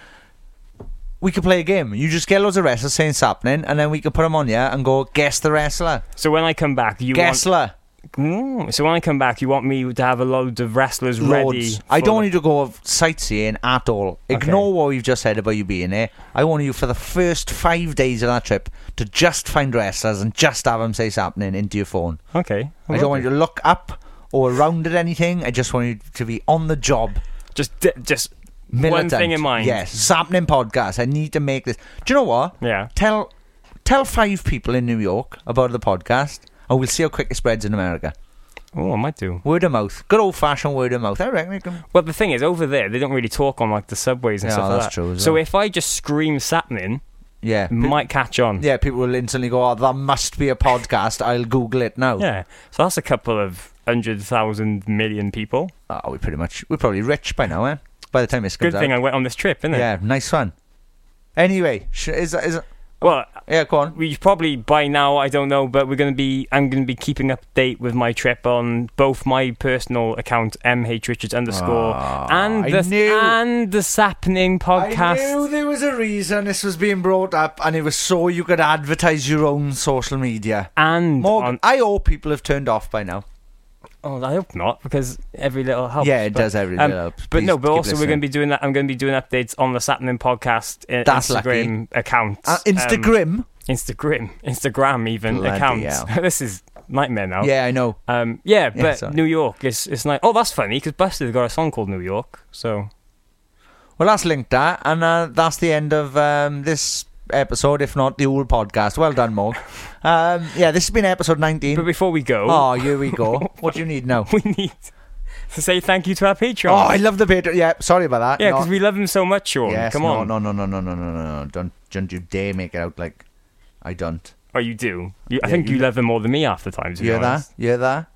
D: We could play a game. You just get loads of wrestlers saying something, and then we can put them on yeah, and go guess the wrestler.
C: So when I come back, you
D: Gessler.
C: want. Mm, So when I come back, you want me to have a load of wrestlers ready.
D: Loads. I
C: for
D: don't want
C: the-
D: you to go of sightseeing at all. Ignore what we've just said about you being there. I want you for the first five days of that trip to just find wrestlers and just have them say something into your phone.
C: Okay.
D: I, don't want you to look up or around at anything. I just want you to be on the job.
C: Just, d- just
D: Militant.
C: one thing in mind.
D: Yes, something podcast. I need to make this. Do you know what?
C: Yeah.
D: Tell tell five people in New York about the podcast, and we'll see how quick it spreads in America.
C: Oh, I might do.
D: Word of mouth. Good old fashioned word of mouth. I reckon it can
C: Well, the thing is, over there they don't really talk on like the subways and
D: Yeah,
C: stuff like
D: that's
C: that.
D: true as
C: so
D: well.
C: if I just scream "Sapnin,"
D: Yeah,
C: it might catch on.
D: Yeah, people will instantly go, "Oh, there must be a podcast. I'll Google it now."
C: Yeah. So that's a couple of hundred thousand million people.
D: Oh, we pretty much we're probably rich by now, eh? By the time this comes
C: Good thing I
D: out.
C: went on this trip, isn't it?
D: yeah, nice one. Anyway, sh- is is
C: Well,
D: yeah, go on.
C: We probably by now, I don't know, but we're gonna be. I'm gonna be keeping up to date with my trip on both my personal account, mh richards underscore,
D: Ah,
C: and
D: I
C: the
D: knew.
C: and the Sappening
D: I
C: podcast.
D: knew there was a reason this was being brought up, and it was so you could advertise your own social media.
C: And
D: Morgan, I hope people have turned off by now.
C: Oh, I hope not, because every little helps. um,
D: Yeah, it does, every little helps.
C: But no,
D: Please
C: but
D: keep
C: also we're
D: listening.
C: going to be doing that. I'm going to be doing updates on the Sappening podcast i-
D: That's
C: Instagram account, um,
D: Uh, Instagram?
C: Instagram, Instagram, even
D: Bloody
C: account.
D: hell.
C: this is nightmare now.
D: Yeah, I know.
C: Um, yeah,
D: Yeah,
C: but
D: sorry.
C: New York is it's nice. Oh, that's funny because Buster's got a song called New York.
D: Mm.
C: So
D: Well, that's linked that, and uh, that's the end of um, this episode, if not the whole podcast. Well done, Morg. Um, yeah, this has been episode 19. But
C: before we go.
D: Oh, here we go. what do you need now?
C: we need. to say thank you to our Patreon.
D: Oh, I love the Patreon. Yeah, sorry about that.
C: Yeah,
D: No.
C: because we love him so much, Sean.
D: Yes,
C: Come
D: no,
C: on.
D: No, no, no, no, no, no, no, no. Don't, don't you dare make it out like I don't.
C: Oh, you do. You, I
D: Yeah,
C: think
D: you
C: you
D: do.
C: love him more than me half the time. To be
D: You hear that?
C: honest.
D: You hear that?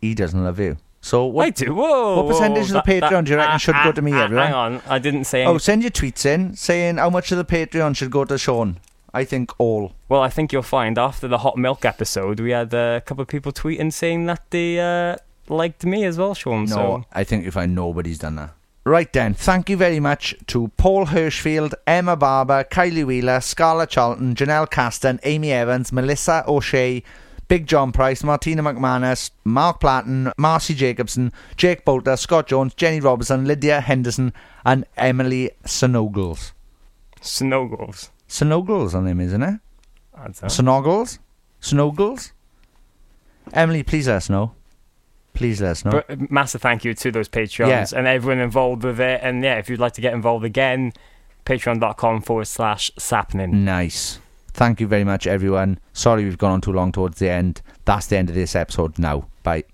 D: He doesn't love you. So what?
C: I do. Whoa.
D: What percentage
C: whoa,
D: of the
C: that-
D: Patreon
C: that-
D: do you reckon
C: ah,
D: should
C: ah,
D: go to me,
C: ah,
D: everyone?
C: Hang on, I didn't say
D: Oh,
C: anything.
D: send your tweets in saying how much of the Patreon should go to Sean. I think all.
C: Well, I think you'll find after the hot milk episode, we had uh, a couple of people tweeting saying that they uh, liked me as well, Sean.
D: No,
C: So
D: I think you find nobody's done that. Right then, thank you very much to Paul Hirschfield, Emma Barber, Kylie Wheeler, Scarlett Charlton, Janelle Caston, Amy Evans, Melissa O'Shea, Big John Price, Martina McManus, Mark Platten, Marcy Jacobson, Jake Bolter, Scott Jones, Jenny Robertson, Lydia Henderson, and Emily Snowgles.
C: Snowgles.
D: Snowgles on name, isn't it?
C: That's all.
D: Snoggles? Snowgles? Emily, please let us know. Please let us know.
C: But massive thank you to those Patreons
D: Yeah.
C: and everyone involved with it. And yeah, if you'd like to get involved again, patreon.com forward slash sapnin.
D: Nice. Thank you very much, everyone. Sorry we've gone on too long towards the end. That's the end of this episode now. Bye.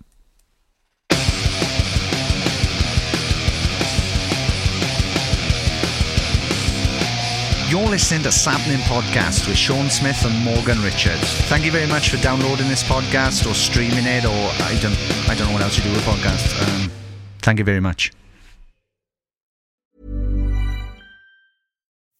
D: You're listening to Sapling Podcast with Sean Smith and Morgan Richards. Thank you very much for downloading this podcast or streaming it, or I don't, I don't know what else you do with podcasts. Um, thank you very much.